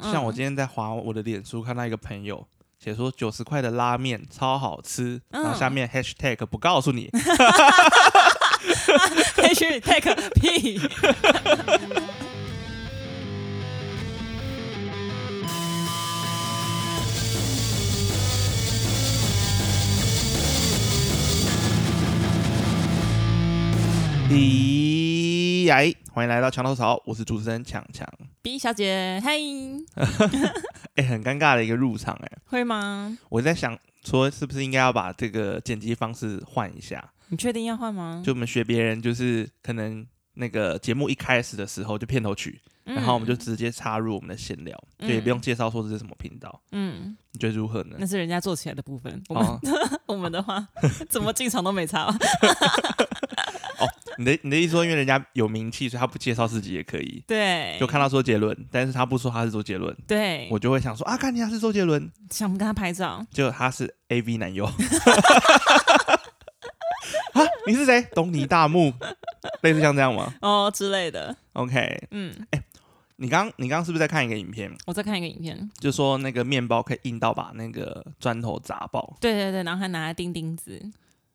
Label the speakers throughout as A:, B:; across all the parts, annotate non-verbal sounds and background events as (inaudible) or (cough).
A: 嗯
B: 像我今天在划我的脸书，看到一个朋友写说九十块的拉面超好吃，然后下
A: 嗯
B: 面 hashtag 不告诉你，
A: 还是 take 屁。
B: 咦哎，欢迎来到墙头草，我是主持人强强。
A: B 小姐，嘿，
B: 哎、很尴尬的一个入场哎、
A: 会吗？
B: 我在想说是不是应该要把这个剪辑方式换一下，
A: 你确定要换吗？
B: 就我们学别人，就是可能那个节目一开始的时候就片头曲，
A: 嗯
B: 然后我们就直接插入我们的闲聊，就也不用介绍说这是什么频道，
A: 嗯，嗯，
B: 你觉得如何呢
A: 嗯那？是人家做起来的部分。我们、
B: 哦
A: 我们
B: (laughs)
A: 的话，怎么进场都没差吧。
B: 哦，你的你的意思说，因为人家有名气，所以他不介绍自己也可以，
A: 对
B: 就，看到周杰伦，但是他不说他是周杰伦，
A: 对，
B: 我就会想说啊，看你他是周杰伦，
A: 想跟他拍照。
B: 就他是 A V 男优。 (laughs) 啊，你是谁？东尼大木，类似像这样吗
A: 哦之类的，
B: ？OK，
A: 嗯，
B: 你刚你刚刚是不是在看一个影片？
A: 我再看一个影片，
B: 就说那个面包可以硬到把那个砖头砸爆。
A: 对对对，然后还拿来钉钉子，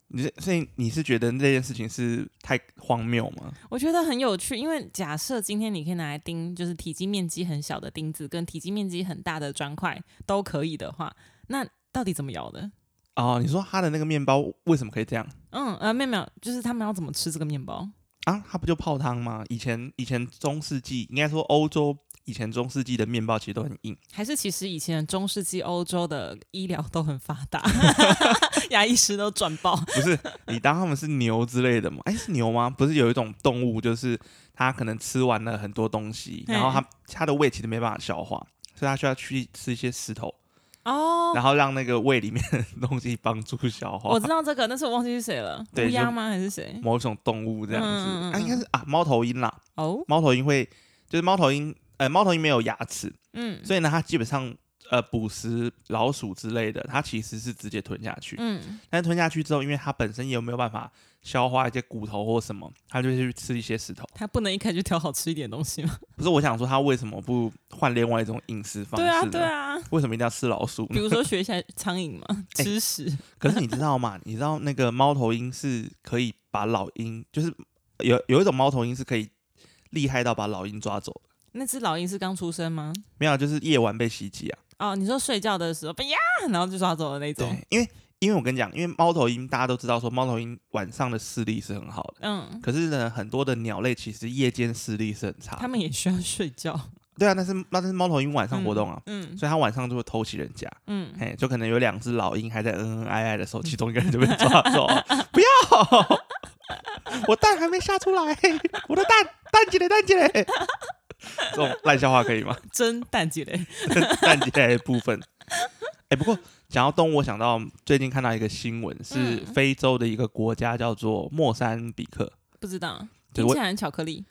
B: 你是所以你是觉得这件事情是太荒谬吗？
A: 我觉得很有趣，因为假设今天你可以拿来钉，就是体积面积很小的钉子，跟体积面积很大的砖块都可以的话，那到底怎么摇的？
B: 哦，你说他的那个面包为什么可以这样
A: 嗯，呃，没有没有，就是他们要怎么吃这个面包？
B: 啊？他不就泡汤吗？以前以前中世纪应该说欧洲以前中世纪的面包其实都很硬，
A: 还是其实以前中世纪欧洲的医疗都很发 (laughs) 达，牙医师都赚爆。
B: 不是你当他们是牛之类的吗？哎，是牛吗？不是有一种动物，就是它可能吃完了很多东西，
A: 嘿
B: 然后它它的胃其实没办法消化，所以它需要去吃一些石头，
A: 哦，
B: 然后让那个胃里面的 (laughs) 东西帮助消化
A: 我。知道这个，但是我忘记是谁了，乌
B: 对
A: 鸦
B: 就
A: 吗？还是谁？
B: 某种动物这样子，
A: 嗯嗯嗯
B: 啊，应该是啊，猫头鹰啦，
A: 哦，
B: 猫头鹰会就是猫头鹰，呃，猫头鹰没有牙齿，
A: 嗯
B: 所以呢，它基本上呃捕食老鼠之类的，它其实是直接吞下去，
A: 嗯，
B: 但是吞下去之后，因为它本身也没有办法消化一些骨头或什么，它就去吃一些石头。
A: 他不能一开始就挑好吃一点的东西吗？
B: 不是，我想说他为什么不换另外一种饮食方式
A: 对
B: 呢？ (laughs)
A: 啊，对啊，
B: 为什么一定要吃老鼠
A: 比
B: 呢？
A: 如说学一下苍蝇嘛，
B: (laughs) 哎
A: 吃屎。
B: 可是你知道吗？你 (laughs) 知道那个猫头鹰是可以把老鹰，就是有有一种猫头鹰是可以厉害到把老鹰抓走的。
A: 那只老鹰是刚出生吗？
B: 没有，啊就是夜晚被袭击啊。
A: 哦，你说睡觉的时候，不呀，然后就抓走了那种。
B: 对，因为因为我跟你讲，因为猫头鹰大家都知道说猫头鹰晚上的视力是很好的，
A: 嗯，
B: 可是呢，很多的鸟类其实夜间视力是很差的。
A: 他们也需要睡觉。
B: 对啊，但是那但是猫头鹰晚上活动啊，
A: 嗯
B: 所以它晚上就会偷袭人家。
A: 嗯，
B: 哎，就可能有两只老鹰还在恩恩爱爱的时候，其中一个人就被抓走， (laughs) 不要，我蛋还没下出来， (laughs) 我的蛋蛋姐嘞，蛋姐嘞， (laughs) 这种烂笑话可以吗？ (laughs)
A: 真蛋姐嘞。
B: 蛋姐嘞的部分。哎，不过讲到动物，我想到最近看到一个新闻，是
A: 嗯
B: 非洲的一个国家叫做莫桑比克。
A: 不知道，
B: 对
A: 听
B: 我
A: 起来很巧克力。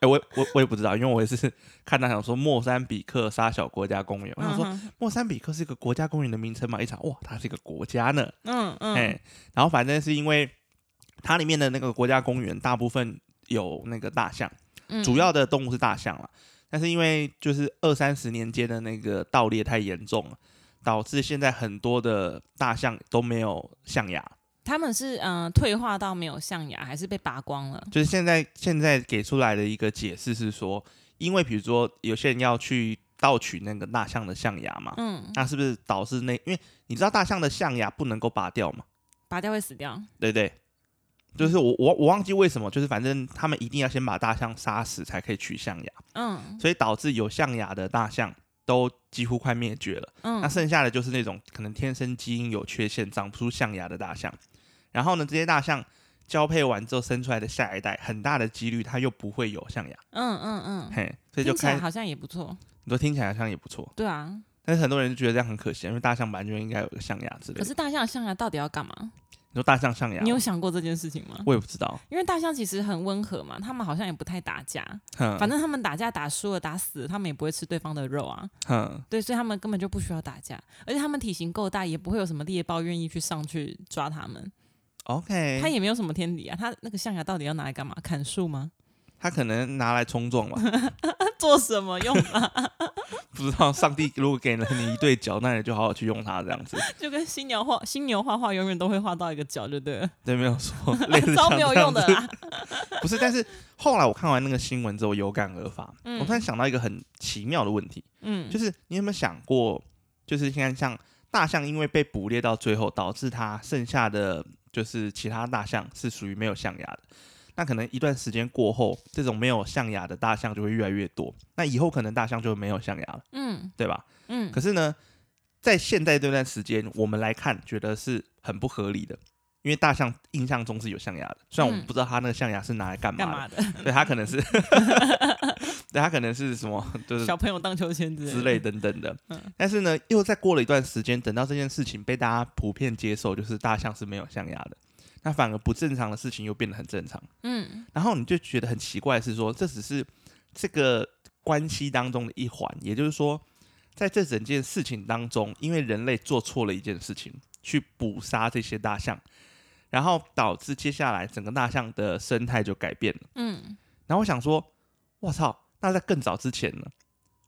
B: 哎，我我我也不知道，因为我也是 (laughs) 看到想说莫桑比克沙小国家公园，我想说
A: 嗯哼
B: 莫桑比克是一个国家公园的名称嘛，一查哇，它是一个国家呢。
A: 嗯嗯，
B: 哎、然后反正是因为它里面的那个国家公园大部分有那个大象，
A: 嗯
B: 主要的动物是大象了。但是因为就是二三十年间的那个盗猎太严重了，导致现在很多的大象都没有象牙，
A: 他们是嗯、呃退化到没有象牙，还是被拔光了？
B: 就是现在现在给出来的一个解释是说，因为比如说有些人要去盗取那个大象的象牙嘛，
A: 嗯，
B: 那是不是导致那因为你知道大象的象牙不能够拔掉嘛？
A: 拔掉会死掉。
B: 对对，就是我我我忘记为什么，就是反正他们一定要先把大象杀死才可以取象牙，
A: 嗯
B: 所以导致有象牙的大象都几乎快灭绝了。
A: 嗯，
B: 那剩下的就是那种可能天生基因有缺陷长不出象牙的大象。然后呢，这些大象交配完之后生出来的下一代，很大的几率它又不会有象牙，
A: 嗯嗯嗯，
B: 嘿，所以就
A: 听起来
B: 开
A: 好像也不错。
B: 你说听起来好像也不错，
A: 对啊，
B: 但是很多人就觉得这样很可惜，因为大象本来就应该有个象牙之类
A: 可
B: 的。
A: 是大象的象牙到底要干嘛？
B: 你说大象象牙
A: 你有
B: 吗，
A: 想过这件事情吗？
B: 啊我也不知道，
A: 因为大象其实很温和嘛，他们好像也不太打架，
B: 哼
A: 反正他们打架打输了打死了，他们也不会吃对方的肉啊。
B: 哼，
A: 对，所以他们根本就不需要打架，而且他们体型够大，也不会有什么猎豹愿意去上去抓他们。
B: OK，
A: 他也没有什么天敌啊，他那个象牙到底要拿来干嘛？砍树吗？ (laughs)
B: 他可能拿来冲撞吧， (laughs)
A: 做什么用啊？
B: 不知道上帝如果给了你一对脚，那你就好好去用它这样子。
A: 就跟犀牛画犀牛画画，永远都会画到一个角，就对了，
B: 对，没有
A: (laughs)
B: 错，类似
A: 超
B: 像
A: 没有
B: 这样
A: 用的
B: 子
A: 啦。
B: 不是，但是后来我看完那个新闻之后有感而发，
A: 嗯
B: 我突然想到一个很奇妙的问题，
A: 嗯，
B: 就是你有没有想过，就是现在像大象因为被捕猎到最后，导致它剩下的就是其他大象是属于没有象牙的。那可能一段时间过后，这种没有象牙的大象就会越来越多。那以后可能大象就没有象牙了，
A: 嗯
B: 对吧？
A: 嗯
B: 可是呢，在现在这段时间，我们来看，觉得是很不合理的，因为大象印象中是有象牙的，虽然我们
A: 嗯
B: 不知道它那个象牙是拿来干嘛
A: 干
B: 的，
A: 嘛的？
B: 对它可能
A: (laughs)
B: 是，对它可能是什么，就是
A: 小朋友荡秋千之
B: 之类等等的
A: 嗯。
B: 但是呢，又再过了一段时间，等到这件事情被大家普遍接受，就是大象是没有象牙的。那反而不正常的事情又变得很正常，
A: 嗯
B: 然后你就觉得很奇怪，是说这只是这个关系当中的一环，也就是说，在这整件事情当中，因为人类做错了一件事情，去捕杀这些大象，然后导致接下来整个大象的生态就改变了。
A: 嗯，
B: 然后我想说，我操，那在更早之前呢，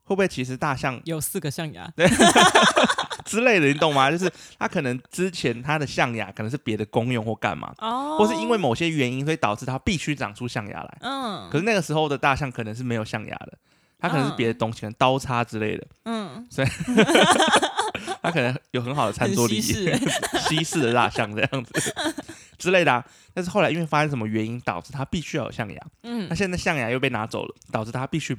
B: 会不会其实大象 (laughs)
A: 有四个象牙。
B: 之类的，你懂吗？就是它可能之前它的象牙可能是别的功用或干嘛，
A: 哦，
B: 或是因为某些原因，所以导致它必须长出象牙来。
A: 嗯，
B: 可是那个时候的大象可能是没有象牙的，它可能是别的东西，可能刀叉之类的，
A: 嗯，
B: 它可能有很好的餐桌礼仪，
A: 很西式
B: (laughs) 西式的大象这样
A: (laughs)
B: 子之类的、啊。但是后来因为发生什么原因，导致它必须要有象牙。
A: 嗯
B: (laughs) 那，现在象牙又被拿走了，导致它必须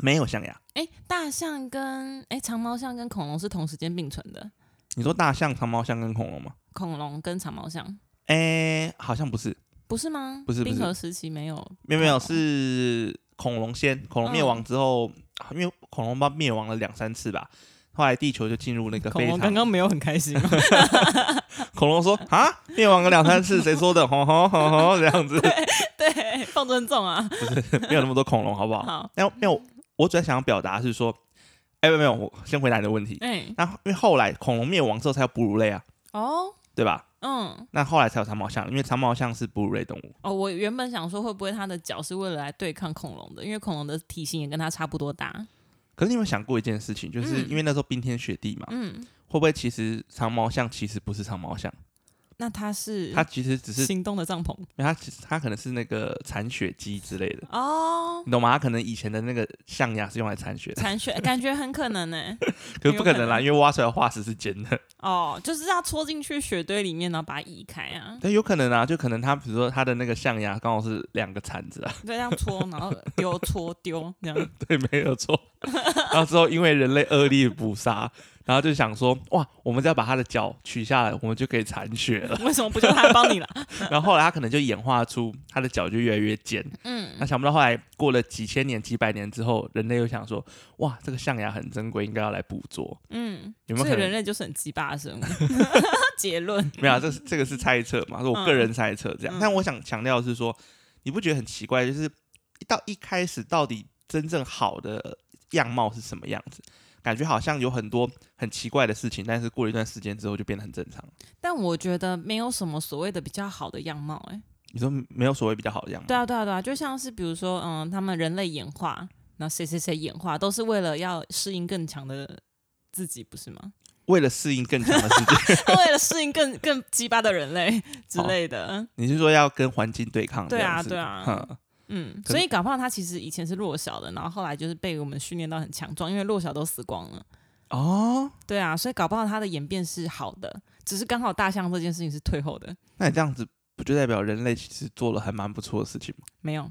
B: 没有象牙。
A: 哎，大象跟哎长毛象跟恐龙是同时间并存的，
B: 你说大象、长毛象跟恐龙吗？
A: 恐龙跟长毛象
B: 哎、好像不是，
A: 不是吗？
B: 不是不是
A: 冰河时期没有恐龙，
B: 没有没有，是恐龙先，恐龙灭亡之后，啊因为恐龙吧灭亡了两三次吧，后来地球就进入那个
A: 恐
B: 非
A: 龙
B: 常
A: 刚刚没有很开心吗， (laughs)
B: 恐龙说啊灭亡了两三次，谁说的？ (laughs) 吼吼吼吼这样子，
A: 对，放尊重啊，
B: 没有那么多恐龙，好不好？
A: 好，
B: 那那我我主要想要表达是说，哎、没有没有，我先回答你的问题。
A: 哎，
B: 那因为后来恐龙灭亡之后才有哺乳类啊，
A: 哦，
B: 对吧？
A: 嗯，
B: 那后来才有长毛象，因为长毛象是哺乳类动物。
A: 哦，我原本想说会不会它的脚是为了来对抗恐龙的，因为恐龙的体型也跟它差不多大，
B: 可是你有没有想过一件事情，就是
A: 嗯
B: 因为那时候冰天雪地嘛，
A: 嗯，
B: 会不会其实长毛象其实不是长毛象，
A: 那它是
B: 它其实只是
A: 行动的帐篷
B: 因为它其实它可能是那个铲雪机之类的，
A: 哦，
B: 你懂吗？它可能以前的那个象牙是用来铲雪的， (laughs)
A: 残雪感觉很可能呢，
B: 可是不可能啦，
A: 有可能
B: 因为挖出来的化石是尖 (laughs) 的。
A: 哦，就是要戳进去雪堆里面，然后把它移开啊，
B: 但有可能啊，就可能它比如说它的那个象牙刚好是两个铲子啊， (laughs)
A: 对，这样戳，然后丢戳丢这样，
B: 对，没有错。 (laughs) 然后之后因为人类恶力捕杀，然后就想说哇，我们只要把它的脚取下来，我们就可以铲雪了。
A: 为什么不叫他帮你了？
B: 然后后来它可能就演化出它的脚就越来越尖。那
A: 嗯，
B: 想不到后来过了几千年、几百年之后，人类又想说哇，这个象牙很珍贵，应该要来捕捉。
A: 嗯，
B: 有没有
A: 所以
B: 可能
A: 人类就是很鸡巴的生物。 (laughs) 结论，
B: 没有啊、这是这个是猜测嘛，是我个人猜测这样。
A: 嗯
B: 但我想强调的是说，你不觉得很奇怪？就是一到一开始，到底真正好的样貌是什么样子？感觉好像有很多很奇怪的事情，但是过了一段时间之后就变得很正常。
A: 但我觉得没有什么所谓的比较好的样貌、哎，
B: 你说没有所谓比较好的样貌？
A: 对啊，对啊，对啊，就像是比如说，嗯，他们人类演化，那谁谁谁演化，都是为了要适应更强的自己，不是吗？ (laughs)
B: 为了适应更强的世界， (laughs)
A: 为了适应更更鸡巴的人类之类的，
B: 你是说要跟环境对抗这
A: 对啊
B: 样子？
A: 对啊
B: 哼
A: 嗯，
B: 可是
A: 所以搞不好他其实以前是弱小的，然后后来就是被我们训练到很强壮，因为弱小都死光了。
B: 哦，
A: 对啊，所以搞不好它的演变是好的，只是刚好大象这件事情是退后的，
B: 那你这样子不就代表人类其实做了还蛮不错的事情吗？
A: 没有，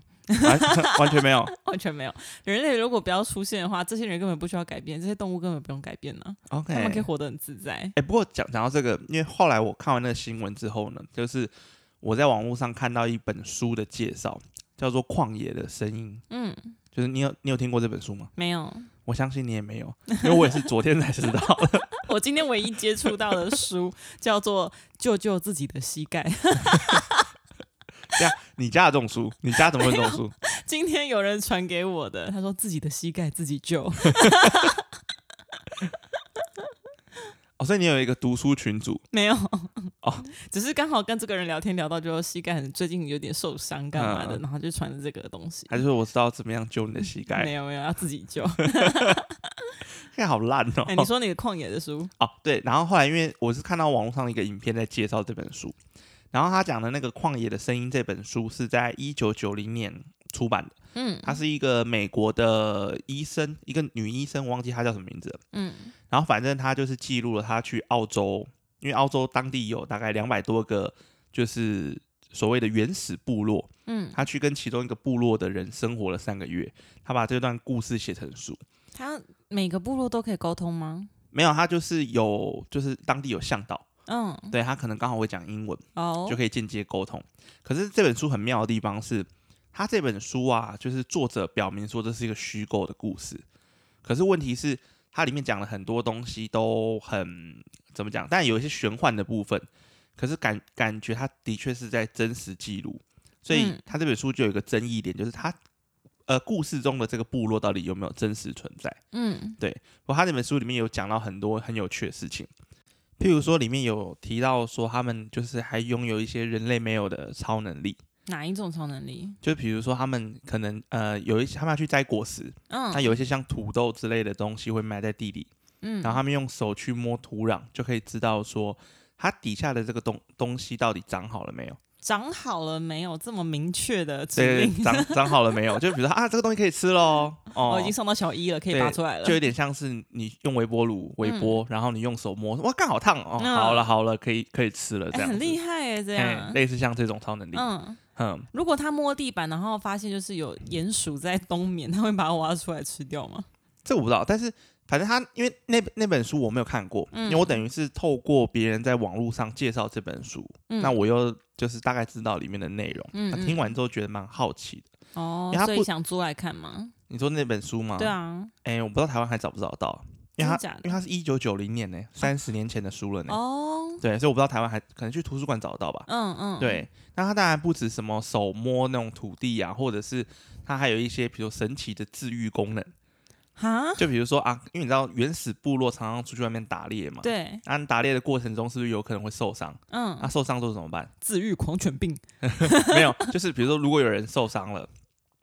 B: 完 (laughs) 完全没有
A: 完全没有。人类如果不要出现的话，这些人根本不需要改变，这些动物根本不用改变呢、
B: ，OK，
A: 他们可以活得很自在。
B: 哎、不过讲讲到这个，因为后来我看完那个新闻之后呢，就是我在网络上看到一本书的介绍，叫做《旷野的声音
A: 嗯，》，
B: 就是你有你有听过这本书吗？
A: 没有，
B: 我相信你也没有，因为我也是昨天才知道的。 (laughs)
A: 我今天唯一接触到的书叫做《救救自己的膝盖》。 (laughs)
B: 这样，你家有这种书？你家怎么会有这种
A: (laughs)
B: 书？
A: 今天有人传给我的，他说自己的膝盖自己救。
B: 哦，所以你有一个读书群组，
A: 没有，
B: 哦，
A: (laughs) 只是刚好跟这个人聊天聊到，就膝盖很最近有点受伤干嘛的，
B: 嗯
A: 然后就传了这个东西。
B: 还是说我知道怎么样救你的膝
A: 没
B: 盖？
A: 有没有，要自己
B: (laughs)
A: 救。
B: 现在好烂哦、
A: 哎，你说你的旷野的书，
B: 哦，对，然后后来因为我是看到网络上的一个影片在介绍这本书，然后他讲的那个《旷野的声音》这本书是在一九九零年出版的，
A: 嗯
B: 她是一个美国的医生，一个女医生，我忘记她叫什么名字了。
A: 嗯
B: 然后反正她就是记录了她去澳洲，因为澳洲当地有大概两百多个就是所谓的原始部落，
A: 嗯，
B: 她去跟其中一个部落的人生活了三个月，她把这段故事写成书。
A: 他每个部落都可以沟通吗？
B: 没有，她就是有就是当地有向导，
A: 嗯，
B: 对她可能刚好会讲英文。
A: 哦
B: 就，可以间接沟通。可是这本书很妙的地方是，它这本书啊，就是作者表明说这是一个虚构的故事，可是问题是它里面讲了很多东西都很怎么讲，但有一些玄幻的部分，可是感感觉它的确是在真实记录，所以
A: 嗯
B: 它这本书就有一个争议点，就是它。呃，故事中的这个部落到底有没有真实存在？
A: 嗯
B: 不过他那本书里面有讲到很多很有趣的事情，譬如说里面有提到说他们就是还拥有一些人类没有的超能力，
A: 哪一种超能力？
B: 就比如说他们可能呃有一些他们要去摘果实，
A: 嗯，
B: 那有一些像土豆之类的东西会埋在地里，
A: 嗯，
B: 然后他们用手去摸土壤就可以知道说它底下的这个东东西到底长好了没有，
A: 长好了没有？这么明确的指
B: 对
A: 令，，
B: 长长好了没有？就比如说啊这个东西可以吃喽，
A: 我
B: 哦
A: 已经。送到小一了，可以
B: 对
A: 拔出来了哎
B: 就。有点像是你用微波炉微波，然后你用手摸，哇，刚好烫哦！
A: 嗯
B: 好了好了，可以可以吃了，这
A: 哎、
B: 样子
A: 很厉害哎，这
B: 哎，
A: 样。
B: 类似像这种超能力，
A: 嗯，
B: 嗯，
A: 如果他摸地板，然后发现就是有鼹鼠在冬眠，他会把它挖出来吃掉吗？
B: 这我不知道，但是反正他因为那那本书我没有看过，
A: 嗯
B: 因为我等于是透过别人在网络上介绍这本书，
A: 嗯
B: 那我又就是大概知道里面的内容，
A: 嗯
B: 那听完之后觉得蛮好奇的。
A: 哦
B: 因为，它
A: 所以
B: 不
A: 想租来看吗？
B: 你说那本书吗？
A: 对，啊，
B: 哎，我不知道台湾还找不找得到，因
A: 真
B: 为它
A: 的假
B: 因为
A: 的？
B: 它是一九九零年呢，三十年前的书了呢，
A: 哦，
B: 对，所以我不知道台湾还可能去图书馆找得到吧。
A: 嗯嗯，，
B: 对，那它当然不止什么手摸那种土地啊，或者是它还有一些比如神奇的治愈功能。
A: 哈，
B: 就比如说啊，因为你知道原始部落常常出去外面打猎嘛，，
A: 对，
B: 啊，你打猎的过程中是不是有可能会受伤？
A: 嗯，
B: 那、受伤之后怎么办？ (laughs)
A: 自愈狂犬病，
B: 没有，就是比如说如果有人受伤了，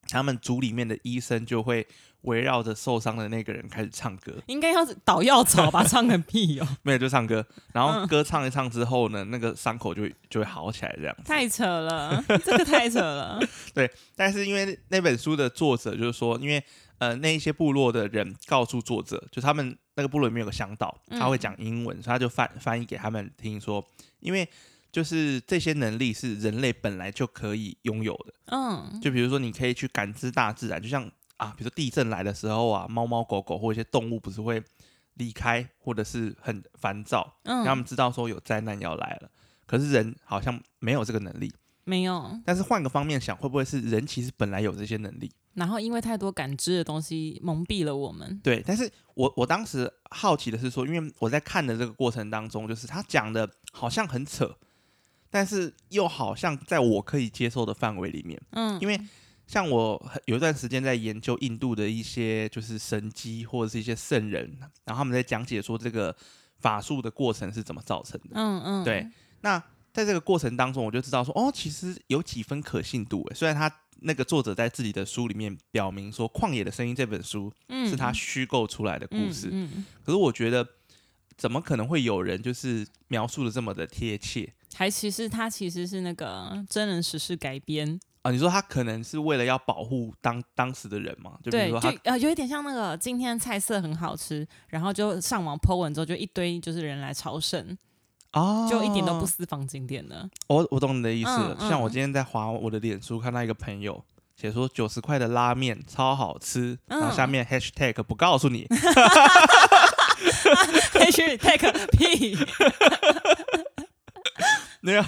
B: 他们组里面的医生就会围绕着受伤的那个人开始唱歌，
A: 应该要是倒药草吧，唱个
B: (laughs)
A: 屁哦，
B: 没有就唱歌，然后
A: 嗯
B: 歌唱一唱之后呢，那个伤口就会就会好起来这样。
A: 太扯了，这个太扯了，
B: (laughs) 但是因为那本书的作者就是说，因为呃那一些部落的人告诉作者，就是他们那个部落里面有个向导，
A: 嗯
B: 他会讲英文，所以他就翻翻译给他们听说，因为就是这些能力是人类本来就可以拥有的，
A: 嗯，
B: 就比如说你可以去感知大自然，就像啊，比如说地震来的时候啊，猫猫狗狗或一些动物不是会离开或者是很烦躁，让他
A: 嗯，
B: 们知道说有灾难要来了。可是人好像没有这个能力，
A: 没有，
B: 但是换个方面想，会不会是人其实本来有这些能力？
A: 然后因为太多感知的东西蒙蔽了我们，
B: 对，但是我我当时好奇的是说，因为我在看的这个过程当中，就是他讲的好像很扯，但是又好像在我可以接受的范围里面。
A: 嗯，
B: 因为像我很有一段时间在研究印度的一些就是神机或者是一些圣人，然后他们在讲解说这个法术的过程是怎么造成的。
A: 嗯嗯，
B: 对，那在这个过程当中，我就知道说，哦，其实有几分可信度欸诶。虽然他那个作者在自己的书里面表明说，《旷野的声音》这本书
A: 嗯，
B: 是他虚构出来的故事，
A: 嗯嗯嗯
B: 可是我觉得，怎么可能会有人就是描述的这么的贴切
A: 还其实它其实是那个真人实事改编，
B: 啊？你说他可能是为了要保护当当时的人嘛？就比
A: 对
B: 如，说
A: 就
B: 他
A: 呃有一点像那个今天菜色很好吃，然后就上网 po 文之后，就一堆就是人来朝圣，
B: 啊，
A: 就一点都不私房景点 (laughs) 的，
B: 我我懂你的意思了。
A: 嗯嗯
B: 像我今天在划我的脸书，看到一个朋友。写说九十块的拉面超好吃，
A: 嗯
B: 然后下面 hashtag 不告诉你， (laughs)
A: 还
B: (laughs)
A: 去 take 屁，
B: 没有，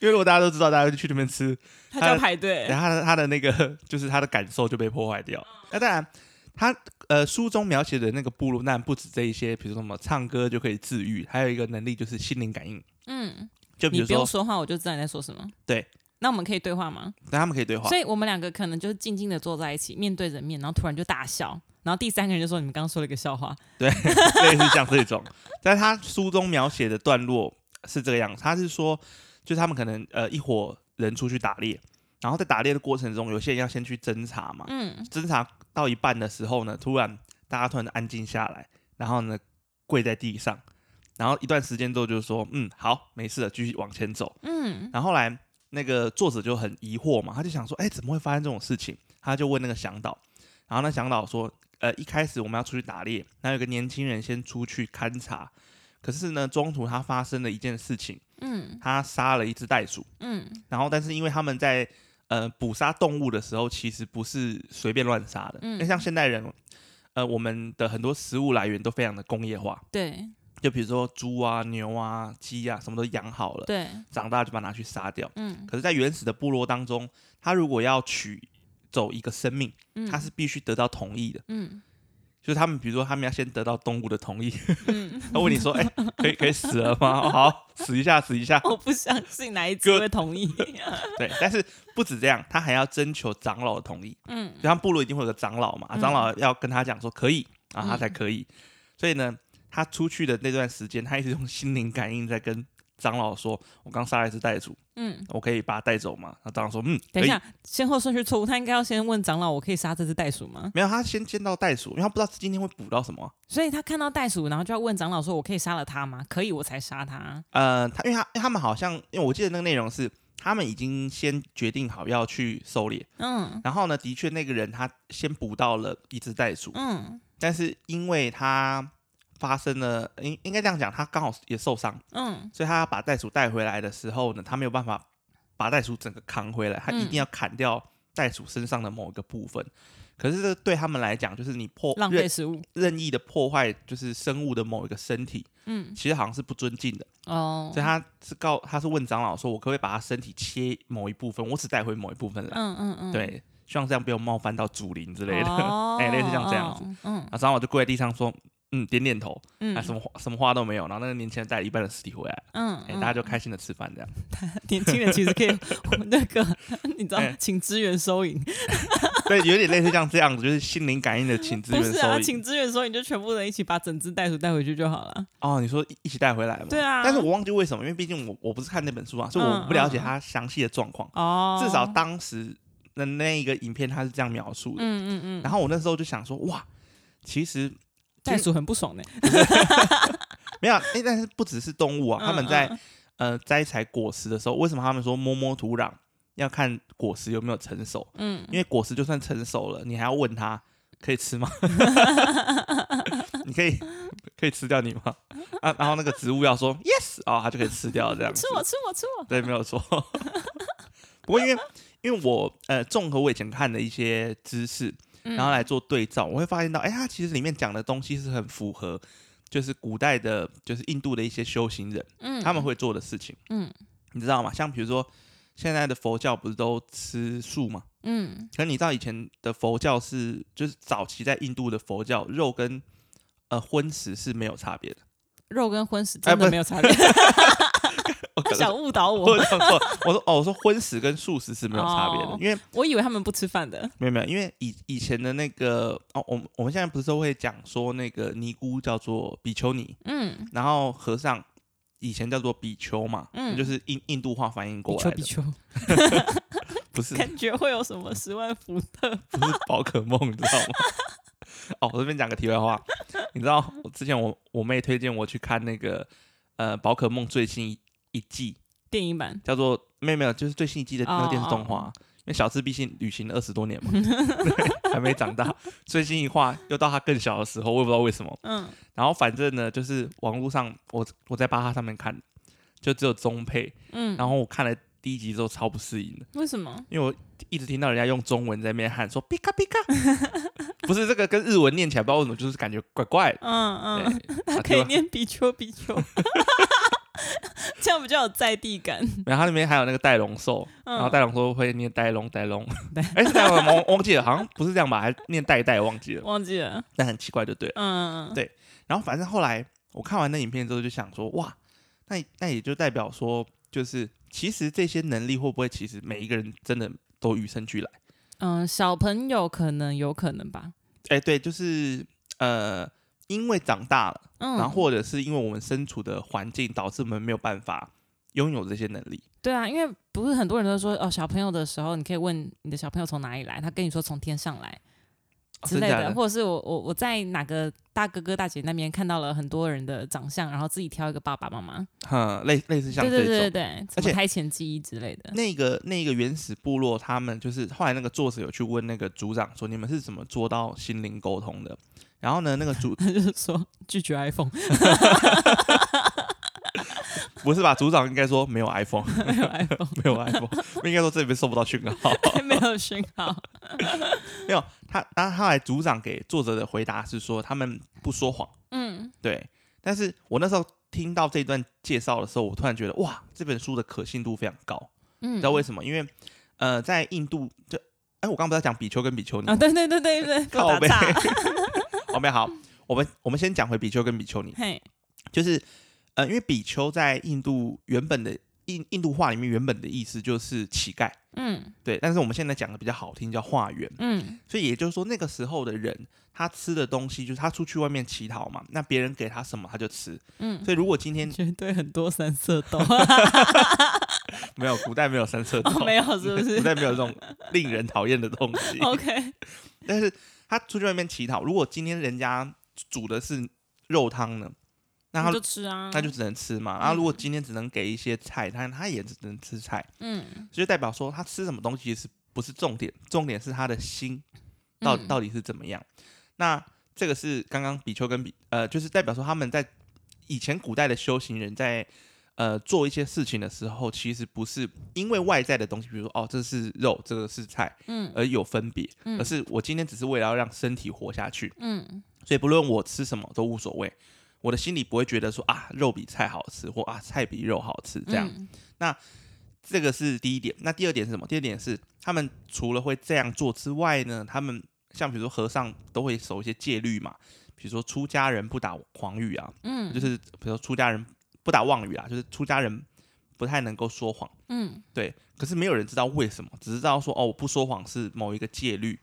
B: 因为如果大家都知道，大家就去那边吃，
A: 他就要排队
B: 然，后他的他的那个就是他的感受就被破坏掉。
A: 嗯
B: 那当然，他呃书中描写的那个部落，那不止这一些，比如说什么唱歌就可以治愈，还有一个能力就是心灵感应，
A: 嗯，
B: 就比
A: 你
B: 如
A: 不用
B: 说
A: 说话，我就知道你在说什么。
B: 对，
A: 那我们可以对话吗？
B: 那他们可以对话
A: 所，以我们两个可能就是静静的坐在一起，面对着面，然后突然就大笑，然后第三个人就
B: (laughs)
A: 说：“你们刚刚说了一个笑话。
B: 对，类似像这种。但是他书中描写的段落，是这个样子。他是说，就是他们可能呃一伙人出去打猎，然后在打猎的过程中，有些人要先去侦查嘛，
A: 嗯，
B: 侦查到一半的时候呢，突然大家突然安静下来，然后呢跪在地上，然后一段时间之后就说，嗯，好，没事了，继续往前走。
A: 嗯，
B: 然后后来那个作者就很疑惑嘛，他就想说，哎，怎么会发生这种事情？他就问那个向导，然后那向导说，呃，一开始我们要出去打猎，那有个年轻人先出去勘察，可是呢，中途他发生了一件事情，
A: 嗯，
B: 他杀了一只袋鼠，
A: 嗯，
B: 然后但是因为他们在呃捕杀动物的时候，其实不是随便乱杀的，
A: 嗯
B: 因为像现代人，呃，我们的很多食物来源都非常的工业化，
A: 对
B: 就比如说猪啊、牛啊、鸡啊，什么都养好了，
A: 对，
B: 长大就把它拿去杀掉。
A: 嗯
B: 可是，在原始的部落当中，他如果要取走一个生命，
A: 嗯，
B: 他是必须得到同意的。
A: 嗯
B: 就是他们，比如说，他们要先得到动物的同意。
A: 嗯，
B: (laughs) 他问你说：“哎、可以可以死了吗？”哦、好，死一下，死
A: (laughs)
B: 一下。
A: 我不相信哪一只会同意。
B: 对，但是不止这样，他还要征求长老的同意。
A: (laughs) 嗯
B: 就他们部落一定会有个长老嘛，啊长老要跟他讲说可以
A: 嗯
B: 啊，他才可以。所以呢，他出去的那段时间，他一直用心灵感应在跟长老说：“我刚杀了一只袋鼠，
A: 嗯，
B: 我可以把它带走吗？”那长老说：“嗯，可
A: 等一
B: 以。”
A: 下，先后顺序错误，他应该要先问长老：“我可以杀这只袋鼠吗
B: 没有，他先见到袋鼠，因为他不知道今天会捕到什么啊。？”
A: 所以他看到袋鼠，然后就要问长老说：“我可以杀了它吗？”可以，我才杀它。
B: 呃，他因为他因为他们好像，因为我记得那个内容是他们已经先决定好要去狩猎，
A: 嗯
B: 然后呢，的确那个人他先捕到了一只袋鼠，
A: 嗯
B: 但是因为他发生了，应应该这样讲，他刚好也受伤，
A: 嗯
B: 所以他把袋鼠带回来的时候呢，他没有办法把袋鼠整个扛
A: 嗯
B: 回来，他一定要砍掉袋鼠身上的某一个部分。可是这对他们来讲，就是你破
A: 浪费
B: 任
A: 食物。
B: 任意的破坏，就是生物的某一个身体，
A: 嗯
B: 其实好像是不尊敬的。
A: 哦
B: 所以，他是告，他是问长老说，我可不可以把他身体切某一部分，我只带回某一部分来，
A: 嗯嗯嗯，
B: 对，希望这样不要冒犯到祖灵之类的。 (laughs)
A: 哦
B: 哎类似像这样子。
A: 嗯
B: 啊，长老就跪在地上说，嗯，点点头，
A: 嗯，
B: 啊，什么话什么话都没有。然后那个年轻人带了一半的尸体回来，
A: 嗯，
B: 哎，
A: 嗯
B: 大家就开心的吃饭这样。
A: 年轻人其
B: (laughs)
A: 实可以那个， (laughs) 你知道
B: 哎，
A: 请支援收银，
B: 对，有点类似像这样子，就是心灵感应的请支
A: 不
B: 援
A: 是
B: 收
A: 啊，
B: 银。
A: 请支援收银就全部人一起把整只袋鼠带回去就好了。
B: 哦，你说一一起带回来吗？
A: 对啊
B: 但是我忘记为什么，因为毕竟我我不是看那本书啊，所以
A: 嗯
B: 我不了解
A: 嗯
B: 它详细的状况。
A: 哦，
B: 至少当时的那一个影片它是这样描述的。
A: 嗯嗯嗯，
B: 然后我那时候就想说，哇，其实
A: 袋鼠很不爽
B: (laughs)
A: 呢。
B: 没有，哎，但是不只是动物啊，他们
A: 嗯
B: 在
A: 嗯
B: 呃摘采果实的时候，为什么他们说摸摸土壤要看果实有没有成熟？
A: 嗯
B: 因为果实就算成熟了，你还要问他可以吃
A: (laughs)
B: 吗？你可以可以吃掉你吗？啊，然后那个植物要说 yes 哦，它就可以吃掉这样子
A: 吃。我吃我吃我，
B: 对，没有错。 (laughs) 不过因为因为我呃综合我以前看的一些知识，
A: 嗯
B: 然后来做对照，我会发现到，哎，它其实里面讲的东西是很符合，就是古代的，就是印度的一些修行人
A: 嗯
B: 他们会做的事情。
A: 嗯
B: 你知道吗？像比如说现在的佛教不是都吃素吗？
A: 嗯
B: 可你知道以前的佛教是，就是早期在印度的佛教，肉跟呃荤食是没有差别的。 (laughs)
A: 肉跟荤食
B: 哎
A: 真
B: 不
A: 的
B: 是
A: 没有差别，
B: (laughs) 我
A: (laughs)
B: 可
A: 他
B: 能
A: 想误导
B: 我
A: 我，
B: 讲错，我说哦，我说荤食跟素食是没有差别的，
A: 哦
B: 因为
A: 我以为他们不吃饭的。
B: 没有没有，因为以以前的那个哦，我们我们现在不是都会讲说那个尼姑叫做比丘尼，
A: 嗯，
B: 然后和尚以前叫做比丘嘛，
A: 嗯
B: 就是印印度话翻译
A: 比
B: 过
A: 丘
B: 来
A: 比
B: 的，
A: 丘， (laughs)
B: 不是 (laughs)
A: 感觉会有什么十万伏特？
B: 不是宝可梦，你知道吗？ (laughs) 哦，我这边讲个题外话，你知道我之前我我妹推荐我去看那个呃宝可梦最新一一季，
A: (laughs) 电影版
B: 叫做没有没有，就是最新一季的那
A: 哦
B: 个电视动画，因为小智毕竟旅行了二十多年嘛， (laughs) 对还没长大，最新一话又到他更小的时候，我也不知道为什么。
A: 嗯
B: 然后反正呢，就是网络上我我在巴哈上面看，就只有中配，
A: 嗯，
B: 然后我看了第一集之后超不适应的。
A: 为什么？
B: 因为我一直听到人家用中文在那边喊说“比卡比卡”， (laughs) 不是这个跟日文念起来不知道为什么，就是感觉怪怪的。
A: (laughs) 嗯嗯，
B: 对
A: 他
B: 啊
A: 可以
B: 就
A: 念比丘
B: (laughs)
A: 比丘，这样比较有在地感。
B: 然后他那边还有那个带龙兽，
A: 嗯
B: 然后带龙兽会念带龙带
A: (laughs)
B: 龙
A: 带，
B: 哎是带龙吗？我忘记了，好像不是这样吧？还念带带忘
A: (laughs)
B: 记了，
A: 忘记了，
B: 但很奇怪就对了。
A: 嗯，
B: 对然后反正后来我看完那影片之后就想说，哇，那那也就代表说，就是其实这些能力会不会其实每一个人真的都与生俱来？
A: 嗯，小朋友可能有可能吧，
B: 哎，对，就是呃，因为长大了，
A: 嗯，
B: 然后或者是因为我们身处的环境导致我们没有办法拥有这些能力。
A: 对啊，因为不是很多人都说哦，小朋友的时候你可以问你的小朋友从哪里来，他跟你说从天上来
B: 哦
A: 之类
B: 真假
A: 的，
B: 的
A: 或者是我我我在哪个大哥哥大姐那边看到了很多人的长相，然后自己挑一个爸爸妈妈，
B: 哼，类类似像
A: 对
B: 这
A: 对
B: 种。
A: 对对对，
B: 而
A: 什
B: 且
A: 么胎前记忆之类的，
B: 那个那个原始部落，他们就是后来那个作者有去问那个组长说，你们是怎么做到心灵沟通的？然后呢，那个组
A: 他就是说拒绝 iPhone，
B: 不是吧？组长应该说没有 iPhone， (laughs)
A: 没有 iPhone，
B: 没有 iPhone，应该说这里面收不到讯号。 (laughs)
A: 没有讯号，
B: 没有他，他后来组长给作者的回答是说，他们不说谎。
A: 嗯，
B: 对，但是我那时候听到这段介绍的时候，我突然觉得哇，这本书的可信度非常高。
A: 嗯
B: 你知道为什么？因为呃，在印度，就哎，我刚不是在讲比丘跟比丘尼
A: 啊，
B: 吗？
A: 对对对对对，给
B: 靠
A: 我
B: 背
A: 打岔，
B: 哦，没有 (laughs) 好，我们我们先讲回比丘跟比丘尼，
A: 嘿，
B: 就是呃，因为比丘在印度原本的印印度话里面原本的意思就是乞丐，
A: 嗯
B: 对，但是我们现在讲的比较好听叫化缘，
A: 嗯
B: 所以也就是说那个时候的人，他吃的东西就是他出去外面乞讨嘛，那别人给他什么他就
A: (laughs)
B: 吃，
A: 嗯，
B: 所以如果今天
A: 绝对很多三色豆，
B: 没有古代没有三色豆，
A: (laughs) 哦没有是不是哦
B: 古代没有这种令人讨厌的东
A: (laughs)
B: 西
A: OK，
B: 但是他出去外面乞讨，如果今天人家煮的是肉汤呢，那
A: 你
B: 他
A: 就吃啊，
B: 那就只能吃嘛。然后如果今天只能给一些菜，他他也只能吃菜，
A: 嗯，
B: 所以就代表说他吃什么东西其实不是重点，重点是他的心到
A: 嗯
B: 到底是怎么样。那这个是刚刚比丘跟比呃，就是代表说他们在以前古代的修行人在呃做一些事情的时候，其实不是因为外在的东西，比如说哦这是肉，这个是菜，
A: 嗯
B: 而有分别，
A: 嗯
B: 而是我今天只是为了要让身体活下去，
A: 嗯
B: 所以不论我吃什么都无所谓。我的心里不会觉得说啊，肉比菜好吃，或啊，菜比肉好吃这样。
A: 嗯
B: 这个是第一点。那第二点是什么？第二点是他们除了会这样做之外呢，他们像比如说和尚都会守一些戒律嘛，比如说出家人不打诳语啊，
A: 嗯，
B: 就是比如说出家人不打妄语啊，就是出家人不太能够说谎。
A: 嗯
B: 对，可是没有人知道为什么，只知道说哦，我不说谎是某一个戒律，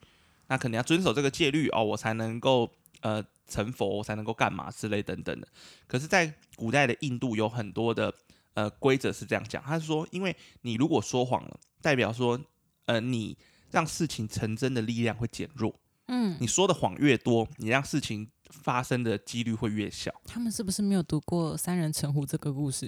B: 那可能要遵守这个戒律哦，我才能够呃成佛，我才能够干嘛之类等等的。可是，在古代的印度有很多的呃规则是这样讲，他是说，因为你如果说谎了，代表说呃你让事情成真的力量会减弱，
A: 嗯，
B: 你说的谎越多，你让事情发生的几率会越小。
A: 他们是不是没有读过《三人成虎》这个故事？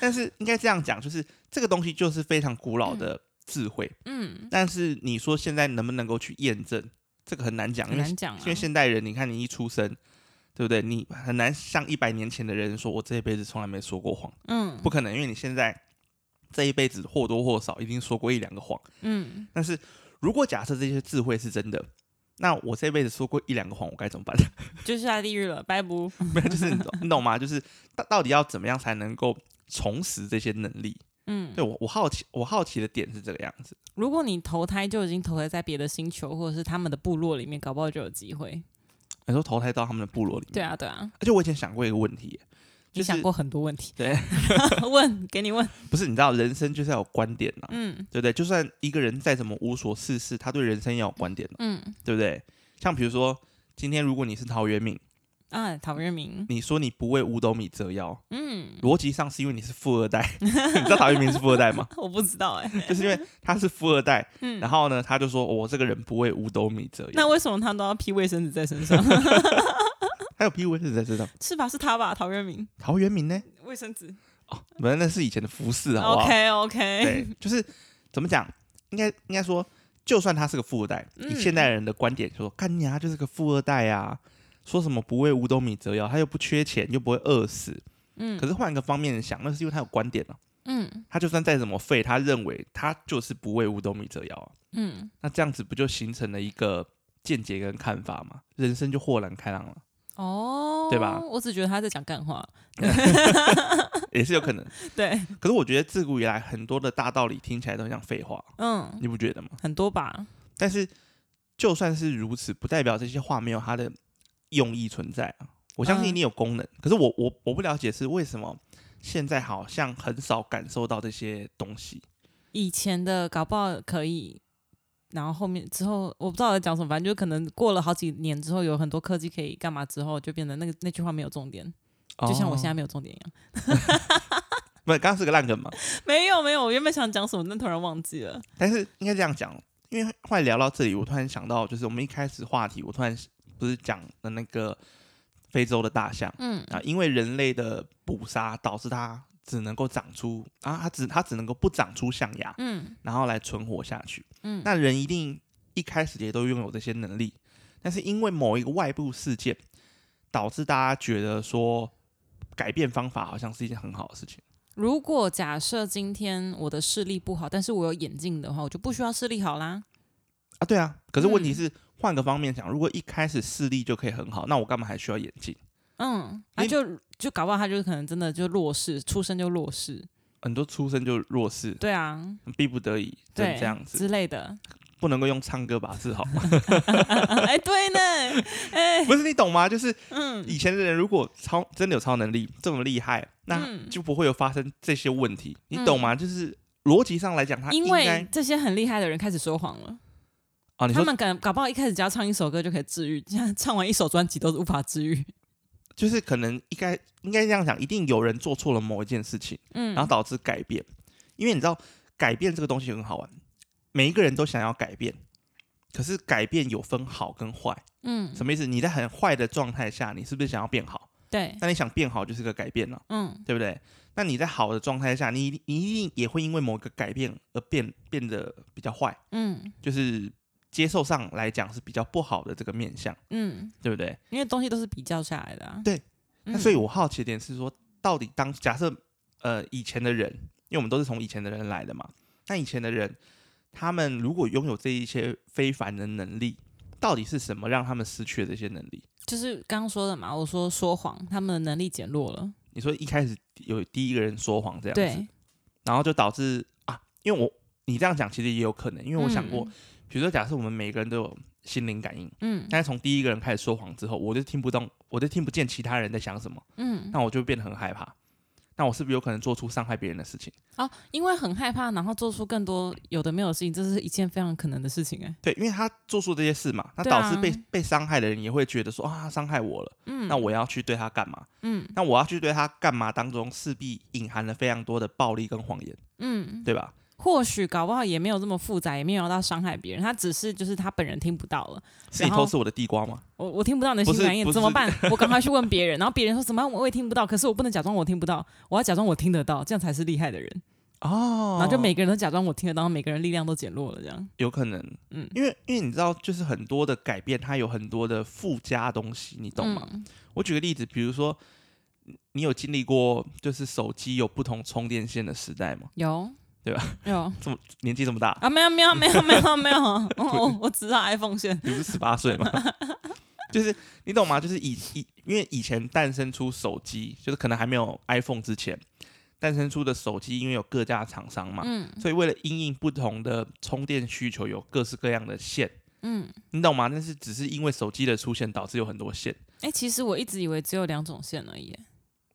B: 但是应该这样讲，就是这个东西就是非常古老的智慧。
A: 嗯，
B: 但是你说现在能不能够去验证，这个很难讲，
A: 很
B: 因为
A: 难讲啊
B: 因为。现代人，你看你一出生，对不对？你很难像一百年前的人说，我这一辈子从来没说过谎，
A: 嗯
B: 不可能，因为你现在这一辈子或多或少一定说过一两个谎。
A: 嗯，
B: 但是如果假设这些智慧是真的，那我这辈子说过一两个谎，我该怎么办？ (laughs)
A: 就下地狱了，拜不？
B: 没有，就是你懂你懂吗？就是到到底要怎么样才能够重拾这些能力？
A: 嗯，
B: 对我，我好奇，我好奇的点是这个样子。
A: 如果你投胎就已经投胎在别的星球或者是他们的部落里面，搞不好就有机会。
B: 你说投胎到他们的部落里面，
A: 对啊，对啊，
B: 而且我以前想过一个问题耶，
A: 你
B: 就是
A: 想过很多问题，
B: 对，
A: (laughs) 问给你问，
B: 不是你知道，人生就是要有观点呐、
A: 嗯
B: 对不对？就算一个人再怎么无所事事，他对人生也要有观点、啊，
A: 嗯
B: 对不对？像比如说，今天如果你是陶渊明，
A: 啊，陶渊明，
B: 你说你不为五斗米折腰，
A: 嗯，
B: 逻辑上是因为你是富二代， (laughs) 你知道陶渊明是富二代吗？
A: 我不
B: (laughs)
A: 知道哎、
B: 就是因为他是富二代，
A: 嗯
B: 然后呢，他就说我这个人不为五斗米折
A: 那
B: 腰，
A: 为什么他都要披卫生纸在身上？
B: (laughs) 还有 P V 是在知道
A: 是吧？是他吧？陶渊明
B: 陶渊明呢？
A: 卫生纸。
B: 哦，反正那是以前的服饰，啊好不好？
A: OK OK，
B: 对，哎就是怎么讲，应该应该说，就算他是个富二代，以
A: 嗯
B: 现代人的观点说，干你啊，就是个富二代啊，说什么不为五斗米折腰，他又不缺钱，又不会饿死。
A: 嗯
B: 可是换一个方面想，那是因为他有观点了、啊
A: 嗯
B: 他就算再怎么废，他认为他就是不为五斗米折腰啊、
A: 嗯，
B: 那这样子不就形成了一个见解跟看法吗？人生就豁然开朗了，
A: 哦，
B: 对吧
A: 我只觉得他在讲干话，
B: 也是有可能。
A: 对，
B: 可是我觉得自古以来很多的大道理听起来都像废话，
A: 嗯，
B: 你不觉得吗？
A: 很多吧，
B: 但是就算是如此，不代表这些话没有它的用意存在啊。我相信一
A: 嗯
B: 定有功能，可是我我我不了解是为什么现在好像很少感受到这些东西。
A: 以前的搞不好可以，然后后面之后我不知道我在讲什么，反正就可能过了好几年之后，有很多科技可以干嘛之后，就变得那个那句话没有重点，
B: 哦
A: 就像我现在
B: 在
A: 没有重点一样。
B: 不是刚刚是个烂梗嘛，
A: 没有没有，我原本想讲什么，但突然忘记了。
B: 但是应该这样讲，因为后来聊到这里，我突然想到，就是我们一开始话题，我突然不是讲的那个非洲的大象
A: 嗯
B: 啊，因为人类的捕杀导致它只能够长出啊，它只它只能够不长出象牙，
A: 嗯
B: 然后来存活下去。
A: 嗯
B: 那人一定一开始也都拥有这些能力，但是因为某一个外部事件，导致大家觉得说改变方法好像是一件很好的事情。
A: 如果假设今天我的视力不好，但是我有眼镜的话，我就不需要视力好啦。
B: 啊，对啊。可是问题
A: 嗯
B: 是，换个方面讲，如果一开始视力就可以很好，那我干嘛还需要眼镜？
A: 嗯，啊
B: 你
A: 就就搞不好他就是可能真的就弱势，出生就弱势，
B: 很多出生就弱势，
A: 对啊，
B: 逼不得已，就
A: 对
B: 这样子，
A: 之类的。
B: 不能够用唱歌把它治好。
A: (laughs) 哎，对呢，哎，
B: 不是你懂吗？就是
A: 嗯
B: 以前的人如果超真的有超能力这么厉害，那
A: 嗯，
B: 就不会有发生这些问题，你懂吗？就是逻辑上来讲， (laughs) 他
A: 因
B: 应
A: 为
B: 该
A: 这些很厉害的人开始说谎了，
B: 啊，你
A: 他
B: 说
A: 们敢搞不好一开始只要唱一首歌就可以治愈，现在唱完一首专辑都是无法治愈。
B: 就是可能应该应该这样讲，一定有人做错了某一件事情，
A: 嗯，
B: 然后导致改变，因为你知道改变这个东西很好玩，每一个人都想要改变，可是改变有分好跟坏，
A: 嗯，
B: 什么意思？你在很坏的状态下，你是不是想要变好？
A: 对，
B: 那你想变好就是个改变了、
A: 嗯
B: 对不对？那你在好的状态下，你一定你一定也会因为某个改变而变变得比较坏，
A: 嗯
B: 就是接受上来讲是比较不好的这个面相，
A: 嗯，
B: 对不对？
A: 因为东西都是比较下来的、啊。
B: 对
A: 嗯，
B: 那所以我好奇的点是说，到底当假设呃以前的人，因为我们都是从以前的人来的嘛，那以前的人，他们如果拥有这一些非凡的能力，到底是什么让他们失去了这些能力？
A: 就是刚刚说的嘛，我说说谎，他们的能力减弱了。
B: 你说一开始有第一个人说谎这样子，
A: 对，
B: 然后就导致啊，因为我你这样讲其实也有可能，因为我想过，
A: 嗯
B: 比如说假设我们每个人都有心灵感应，
A: 嗯
B: 但是从第一个人开始说谎之后，我就听不懂，我就听不见其他人在想什么，
A: 嗯，
B: 那我就变得很害怕，那我是不是有可能做出伤害别人的事情？
A: 哦，因为很害怕，然后做出更多有的没有的事情，这是一件非常可能的事情哎、
B: 对，因为他做出这些事嘛，那
A: 对啊
B: 导致被、被伤害的人也会觉得说啊，他伤害我了，
A: 嗯，
B: 那我要去对他干嘛？
A: 嗯
B: 那我要去对他干嘛当中，势必隐含了非常多的暴力跟谎言，
A: 嗯，
B: 对吧？
A: 或许搞不好也没有这么复杂，也没有到伤害别人，他只是就是他本人听不到了，
B: 是你
A: 然后
B: 偷吃我的地瓜吗？
A: 我我听不到你的
B: 不
A: 心
B: 是
A: 感应
B: 不
A: 怎么
B: 是
A: 办？ (laughs) 我赶快去问别人，然后别人说怎么办我我也听不到，可是我不能假装我听不到，我要假装我听得到，这样才是厉害的人。
B: 哦
A: 然后就每个人都假装我听得到，每个人力量都减弱了，这样。
B: 有可能，
A: 嗯
B: 因为因为你知道，就是很多的改变，它有很多的附加东西，你懂吗？
A: 嗯？
B: 我举个例子，比如说，你有经历过就是手机有不同充电线的时代吗？
A: 有，
B: 对
A: 吧？有
B: 年纪这么大，
A: 啊，没有没有没有没有没有， (laughs) 哦哦，我知道 iPhone 线。
B: 你不是十八岁吗？ (laughs) 就是你懂吗？就是以以因为以前诞生出手机，就是可能还没有 iPhone 之前，诞生出的手机，因为有各家厂商嘛，
A: 嗯
B: 所以为了因应不同的充电需求，有各式各样的线，
A: 嗯，
B: 你懂吗？但是只是因为手机的出现，导致有很多线，
A: 哎、其实我一直以为只有两种线而已耶。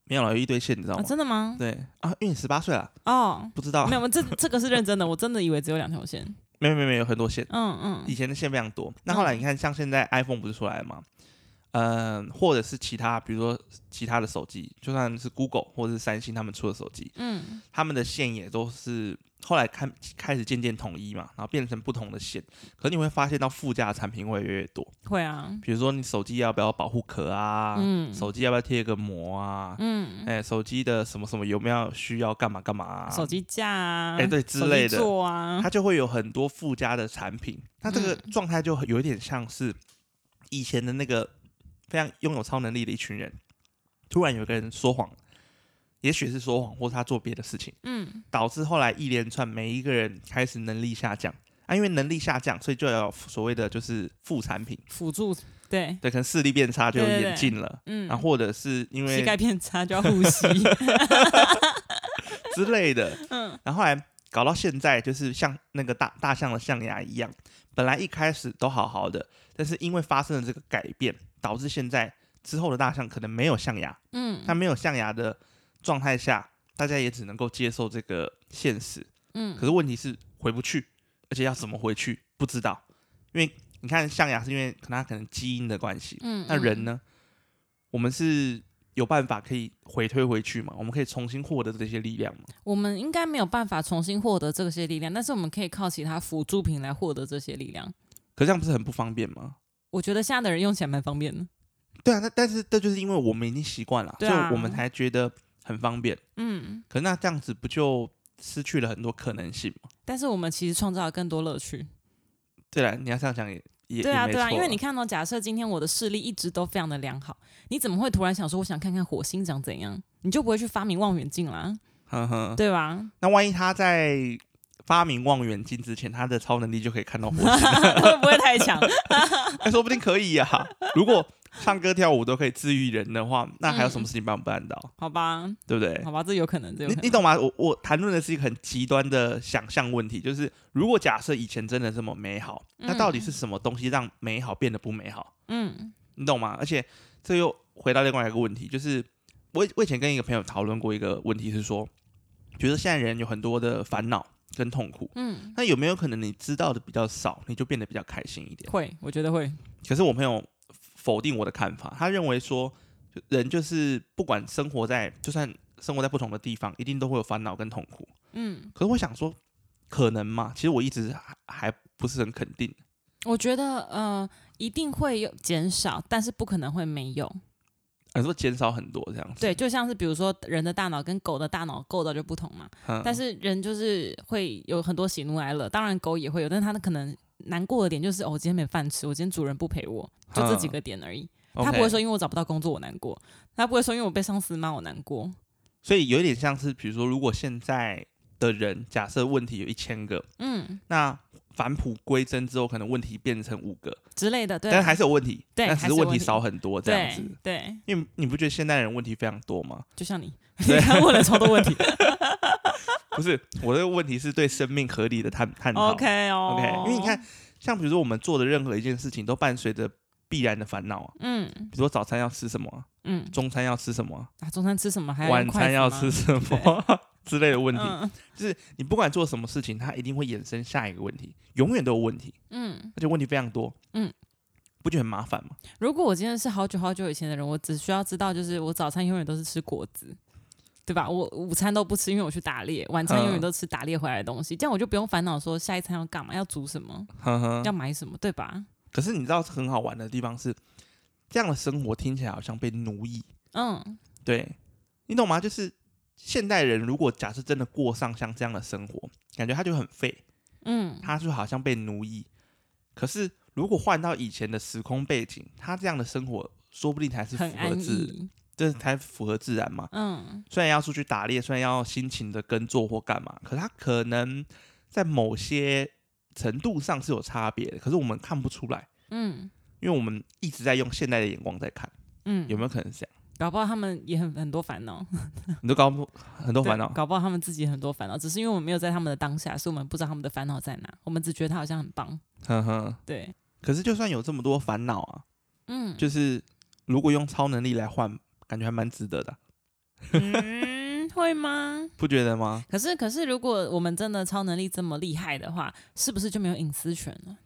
B: 没有了，有啊一堆线，你知道
A: 啊，
B: 吗？
A: 真的吗？
B: 对啊，因为你十八岁了，
A: 哦，
B: 不知道
A: 没，有，这这个是认真的，我真的以为只有两条线。
B: (laughs) 没有没有没有，有很多线，
A: 嗯
B: 以
A: 嗯
B: 前的线非常多。那后来你看，像现在 iPhone 不是出来了吗？嗯、或者是其他，比如说其他的手机，就算是 Google 或者是三星他们出的手机，
A: 嗯
B: 他们的线也都是后来开开始渐渐统一嘛，然后变成不同的线。可你会发现到附加的产品会越来越多，
A: 会啊。
B: 比如说你手机要不要保护壳啊，
A: 嗯
B: 手机要不要贴个膜啊，
A: 嗯，
B: 哎、手机的什么什么有没有需要干嘛干嘛、啊，
A: 手机架啊，
B: 哎对之类的
A: 做啊，
B: 它就会有很多附加的产品。那这个
A: 嗯
B: 状态就有一点像是以前的那个非常拥有超能力的一群人，突然有个人说谎，也许是说谎，或是他做别的事情，
A: 嗯
B: 导致后来一连串每一个人开始能力下降。啊，因为能力下降，所以就要有所谓的就是副产品，
A: 辅助对，
B: 对，可能视力变差就有
A: 对对对
B: 眼镜了，
A: 嗯，
B: 然后或者是因为
A: 膝盖变差就要呼
B: (laughs)
A: 吸。
B: 之类的。
A: 嗯
B: 然后后来搞到现在，就是像那个大大象的象牙一样，本来一开始都好好的，但是因为发生了这个改变，导致现在之后的大象可能没有象牙。
A: 嗯
B: 那没有象牙的状态下，大家也只能够接受这个现实。
A: 嗯
B: 可是问题是回不去，而且要怎么回去？不知道，因为你看象牙是因为可能它可能基因的关系，
A: 嗯，
B: 那
A: 嗯
B: 人呢，我们是有办法可以回推回去嘛？我们可以重新获得这些力量嘛？
A: 我们应该没有办法重新获得这些力量，但是我们可以靠其他辅助品来获得这些力量。
B: 可这样不是很不方便吗？
A: 我觉得现在的人用起来蛮方便的。
B: 对啊，那但是这就是因为我们已经习惯了，
A: 对
B: 所
A: 啊
B: 以我们才觉得很方便。
A: 嗯，
B: 可那这样子不就失去了很多可能性吗？
A: 但是我们其实创造了更多乐趣。
B: 对了，你要这样讲也也
A: 对啊，
B: 也没
A: 对啊，
B: 错
A: 因为你看到、假设今天我的视力一直都非常的良好，你怎么会突然想说我想看看火星长怎样？你就不会去发明望远镜啦，
B: 呵呵，(laughs)
A: 对吧？
B: 嗯那万一他在发明望远镜之前，他的超能力就可以看到火
A: (laughs)
B: 星，
A: 会不会太强？
B: 那说不定可以呀、如果唱歌跳舞都可以治愈人的话，那还有什么事情办不办得到？
A: 好吧，
B: 对不对
A: 好？吧，这有可能，这有
B: 你
A: 可能。
B: 你懂吗？我我谈论的是一个很极端的想象问题，就是如果假设以前真的这么美好，那到底是什么东西让美好变得不美好？
A: 嗯
B: 你懂吗？而且这又回到另外一个问题，就是我以我以前跟一个朋友讨论过一个问题，是说，觉得现在人有很多的烦恼跟痛苦，
A: 嗯，
B: 那有没有可能你知道的比较少，你就变得比较开心一点？
A: 会，我觉得会。
B: 可是我朋友否定我的看法，他认为说，就人就是不管生活在，就算生活在不同的地方，一定都会有烦恼跟痛苦。
A: 嗯，
B: 可是我想说，可能吗？其实我一直还还不是很肯定。
A: 我觉得呃，一定会有减少，但是不可能会没有。
B: 啊，说减少很多这样子，
A: 对，就像是比如说人的大脑跟狗的大脑构造就不同嘛，
B: 嗯，
A: 但是人就是会有很多喜怒哀乐，当然狗也会有，但是它的可能难过的点就是哦，我今天没饭吃，我今天主人不陪我，就这几个点而已。他
B: 嗯 OK
A: 不会说因为我找不到工作我难过，他不会说因为我被上司骂我难过。
B: 所以有点像是，比如说，如果现在的人假设问题有一千个，
A: 嗯，
B: 那返璞归真之后，可能问题变成五个，
A: 之类的，对，
B: 但是还是有问题，
A: 对
B: 但只
A: 还是
B: 是
A: 有
B: 问
A: 问
B: 题
A: 题
B: 少很多这样
A: 对
B: 子。
A: 对，
B: 因为你不觉得现代人问题非常多吗？(laughs)
A: 就像你，你
B: 对
A: 刚问了超多问 (laughs) 题。
B: 不是，我的问题是对生命合理的探探讨。
A: OK 哦
B: OK，因为你看，，像比如说我们做的任何一件事情，都伴随着必然的烦恼啊，
A: 嗯
B: 比如说早餐要吃什么啊、
A: 嗯，
B: 中餐要吃什么啊、
A: 啊，中餐吃什么？还有
B: 晚餐要吃什么 (laughs) 之类的问题，
A: 嗯
B: 就是你不管做什么事情，它一定会衍生下一个问题，永远都有问题，
A: 嗯，
B: 而且问题非常多。
A: 嗯，
B: 不觉得很麻烦吗？
A: 如果我今天是好久好久以前的人，我只需要知道，就是我早餐永远都是吃果子，对吧？我午餐都不吃，因为我去打猎；晚餐
B: 嗯
A: 永远都吃打猎回来的东西，这样我就不用烦恼说下一餐要干嘛，要煮什么，
B: 呵呵
A: 要。买什么，对吧？
B: (laughs) 可是你知道很好玩的地方是，这样的生活听起来好像被奴役，
A: 嗯
B: 对你懂吗？就是现代人如果假设真的过上像这样的生活，感觉他就很废，
A: 嗯
B: 他就好像被奴役。可是如果换到以前的时空背景，他这样的生活说不定才是符
A: 很
B: 合
A: 安
B: 自，
A: 逸，
B: 这才符合自然嘛。
A: 嗯
B: 虽然要出去打猎，虽然要辛勤的耕作或干嘛，可是他可能在某些程度上是有差别的，可是我们看不出来，
A: 嗯
B: 因为我们一直在用现代的眼光在看，
A: 嗯，
B: 有没有可能是这样？
A: 搞不好他们也很很多烦恼，
B: 你都搞不很 (laughs) 多
A: 对
B: 烦恼，
A: 搞不好他们自己很多烦恼，只是因为我们没有在他们的当下，所以我们不知道他们的烦恼在哪，我们只觉得他好像很棒，
B: 哼哼。
A: 对，
B: 可是就算有这么多烦恼啊，
A: 嗯，
B: 就是如果用超能力来换，感觉还蛮值得的，
A: 嗯，会吗？
B: 不觉得吗？
A: 可是，可是，如果我们真的超能力这么厉害的话，是不是就没有隐私权了？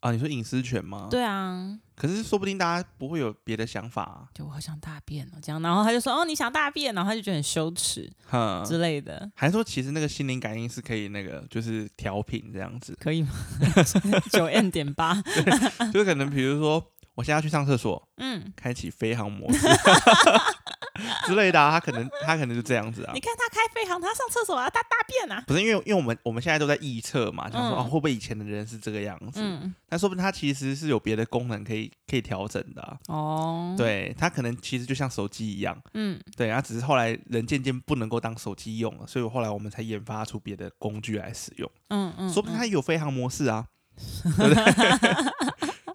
B: 啊，你说隐私权吗？。
A: 对啊，
B: 可是说不定大家不会有别的想法啊，
A: 就我好想大便哦，这样，然后他就说哦，你想大便，然后他就觉得很羞耻之
B: 哼。
A: 类的，
B: 还是说其实那个心灵感应是可以那个就是调频这样子。
A: 可以吗？ (laughs) 九 n 点 (laughs) 八，啊
B: 就是可能比如说，我现在要去上厕所，
A: 嗯，
B: 开启飞航模
A: (laughs)
B: 式之类的、啊，他可能他可能就这样子啊
A: 你。看他开飞航，他上厕所啊，他大便啊，
B: 不是因为因为我们我们现在都在臆测嘛，想说、
A: 嗯
B: 啊会不会以前的人是这个样子？
A: 嗯，
B: 但说不定他其实是有别的功能可以可以调整的啊、
A: 哦，，
B: 对他可能其实就像手机一样，
A: 嗯，
B: 对，然后只是后来人渐渐不能够当手机用了，所以后来我们才研发出别的工具来使用。
A: 嗯嗯，
B: 说不定
A: 嗯
B: 他有飞航模式啊，对不对？
A: (laughs)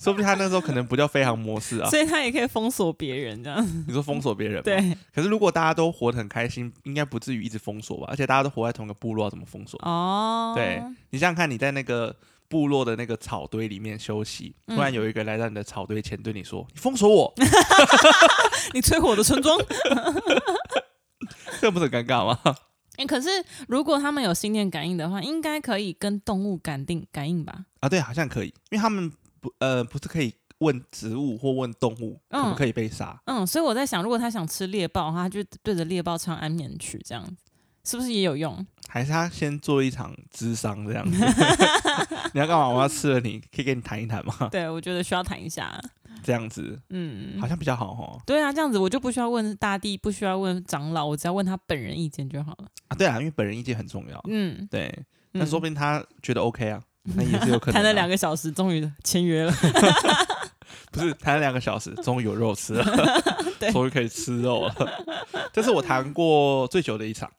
B: 说不定他那时候可能不叫飞航模式啊，
A: 所以他也可以封锁别人这 (laughs) 样，
B: 你说封锁别人吗？
A: 对，
B: 可是如果大家都活得很开心，应该不至于一直封锁吧？而且大家都活在同一个部落，怎么封锁？
A: 哦，
B: 对你想想看，你在那个部落的那个草堆里面休息，
A: 嗯
B: 突然有一个来到你的草堆前对你说：“你封锁我 (laughs)
A: (laughs) 你摧毁我的村庄，哎、”， (laughs)
B: 这不是很尴尬吗？
A: 哎、可是如果他们有心电感应的话，应该可以跟动物感定感应吧？
B: 啊，对，好像可以，因为他们不呃不是可以问植物或问动物可不
A: 嗯
B: 可以被杀，
A: 嗯，所以我在想，如果他想吃猎豹的话，他就对着猎豹唱安眠曲，这样子是不是也有用？
B: 还是他先做一场智商这样
A: (laughs)
B: 子？你要干嘛？我要吃了你，可以跟你谈一谈吗？
A: 对，我觉得需要谈一下。
B: 这样子
A: 嗯，
B: 好像比较好哦。
A: 对啊，这样子我就不需要问大帝，不需要问长老，我只要问他本人意见就好了。
B: 啊，对啊，因为本人意见很重要。
A: 嗯，
B: 对，
A: 嗯
B: 但说不定他觉得 OK
A: (laughs)
B: 啊，那也是有可能、啊。
A: 谈了两个小时，终于签约
B: (laughs)
A: 了。
B: 不是谈了两个小时，终于有肉吃了，
A: (laughs) 对
B: 终于可以吃肉了。这是我谈过最久的一场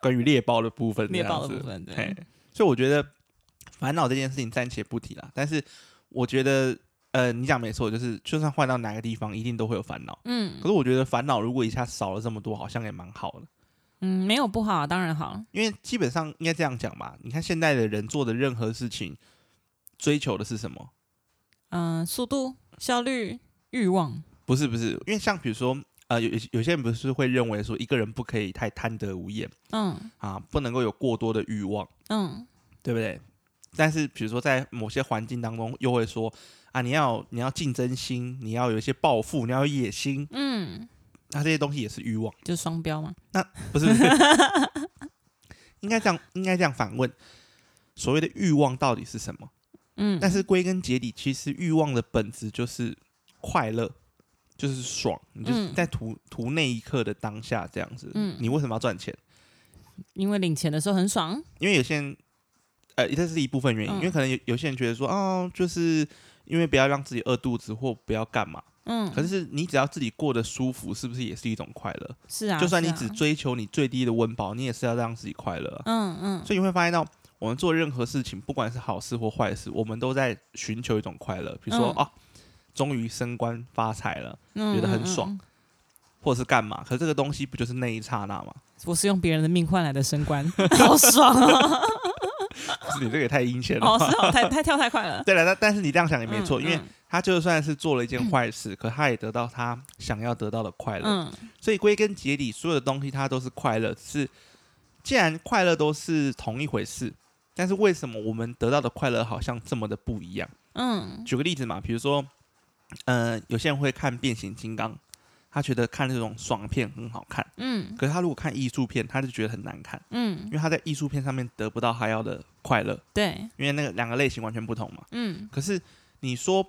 B: 关于猎豹的部分，
A: 猎豹
B: 这
A: 的
B: 样
A: 部
B: 子。
A: 分，对
B: 嘿，所以我觉得烦恼这件事情暂且不提啦。但是我觉得，呃，你讲没错，就是就算换到哪个地方，一定都会有烦恼。
A: 嗯
B: 可是我觉得烦恼如果一下少了这么多，好像也蛮好的。
A: 嗯，没有不好、啊，当然好。
B: 因为基本上应该这样讲吧，你看现代的人做的任何事情，追求的是什么？
A: 嗯、速度、效率、欲望，
B: 不是不是，因为像比如说，呃，有有有些人不是会认为说，一个人不可以太贪得无厌
A: 嗯
B: 啊，不能够有过多的欲望，
A: 嗯
B: 对不对？但是比如说在某些环境当中，又会说啊，你要有你要竞争心，你要有一些抱负，你要有野心，
A: 嗯，
B: 那这些东西也是欲望，
A: 就双标嘛。
B: 不是？不 (laughs) 是应该这样，应该这样反问。所谓的欲望到底是什么？
A: 嗯，
B: 但是归根结底，其实欲望的本质就是快乐，就是爽。你就是
A: 嗯
B: 在图图那一刻的当下这样子。
A: 嗯
B: 你为什么要赚钱？
A: 因为领钱的时候很爽，
B: 因为有些人，呃，这是一部分原因。
A: 嗯
B: 因为可能有有些人觉得说，哦，就是因为不要让自己饿肚子或不要干嘛。
A: 嗯，
B: 可是你只要自己过得舒服，是不是也是一种快乐？
A: 是啊，
B: 就算
A: 是
B: 你
A: 啊
B: 只追求你最低的温饱，你也是要让自己快乐啊、
A: 嗯嗯，
B: 所以你会发现到，我们做任何事情，不管是好事或坏事，我们都在寻求一种快乐。比如说，
A: 嗯
B: 哦，终于升官发财了，
A: 以
B: 觉得很
A: 嗯
B: 爽或者是干嘛？可这个东西不就是那一刹那吗？ (laughs)
A: 我是用别人的命换来的升官，好爽哦！
B: 不是你这个也太阴险了
A: 哦，
B: 吧。
A: 是哦，太太跳太快了。
B: (laughs) 对了，但但是你这样想也没错，
A: 嗯
B: 因为他就算是做了一件坏事，可他也得到他想要得到的快乐。
A: 嗯
B: 所以归根结底，所有的东西它都是快乐。只是既然快乐都是同一回事，但是为什么我们得到的快乐好像这么的不一样？
A: 嗯
B: 举个例子嘛，比如说，呃，有些人会看变形金刚，他觉得看那种爽片很好看，
A: 嗯
B: 可是他如果看艺术片，他就觉得很难看，
A: 嗯，
B: 因为他在艺术片上面得不到他要的快乐，
A: 对，
B: 因为那个两个类型完全不同嘛。
A: 嗯
B: 可是你说。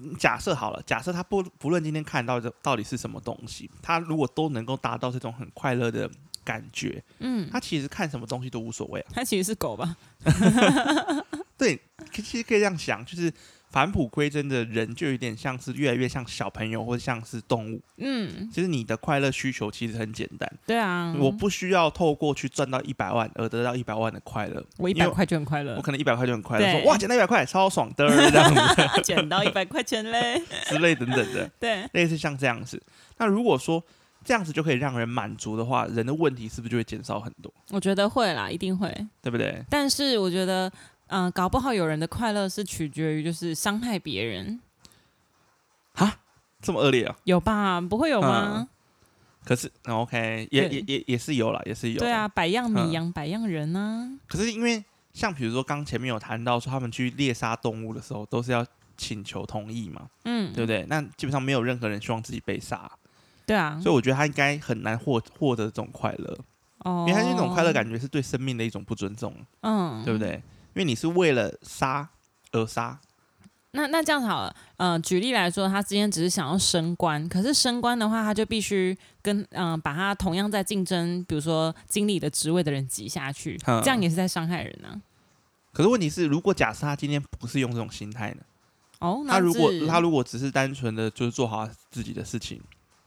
B: 嗯假设好了，假设他不不论今天看到的到底是什么东西，他如果都能够达到这种很快乐的感觉，
A: 嗯，
B: 他其实看什么东西都无所谓啊。
A: 它其实是狗吧？
B: 对，其实可以这样想，就是返璞归真的人，就有点像是越来越像小朋友，或者像是动物。
A: 嗯，
B: 其实你的快乐需求其实很简单，
A: 对啊，
B: 我不需要透过去赚到一百万而得到一百万的快乐。
A: 我一
B: 因
A: 百
B: 为
A: 块就很快乐
B: 我，可能一百块就很快乐，
A: 嗯对
B: 说哇，捡到一百块超爽的这样子
A: 啊
B: (laughs)
A: 捡到一百块钱嘞。
B: 之类等等的，
A: 对，
B: 类似像这样子。那如果说这样子就可以让人满足的话，人的问题是不是就会减少很多？
A: 我觉得会啦，一定会。
B: 对不对？
A: 但是我觉得，嗯、搞不好有人的快乐是取决于就是伤害别人，
B: 这么恶劣啊！
A: 有吧？不会有吗？
B: 嗯可是、嗯、OK，也
A: 对
B: 也也也是有啦，也是有。
A: 对啊，，百样米
B: 嗯
A: 养百样人啊。
B: 可是因为像比如说刚前面有谈到说他们去猎杀动物的时候都是要请求同意嘛，
A: 嗯，
B: 对不对？那基本上没有任何人希望自己被杀，
A: 对啊，
B: 所以我觉得他应该很难获获得这种快乐，
A: 哦
B: 因为他那种快乐，感觉是对生命的一种不尊重，
A: 嗯，
B: 对不对？因为你是为了杀而杀，
A: 那那这样好了，呃，举例来说，他今天只是想要升官，可是升官的话，他就必须跟嗯、呃把他同样在竞争，比如说经理的职位的人挤下去，
B: 嗯
A: 这样也是在伤害人啊。
B: 可是问题是，如果假设他今天不是用这种心态呢？
A: 哦，那
B: 他如果
A: 是
B: 他如果只是单纯的就是做好他自己的事情，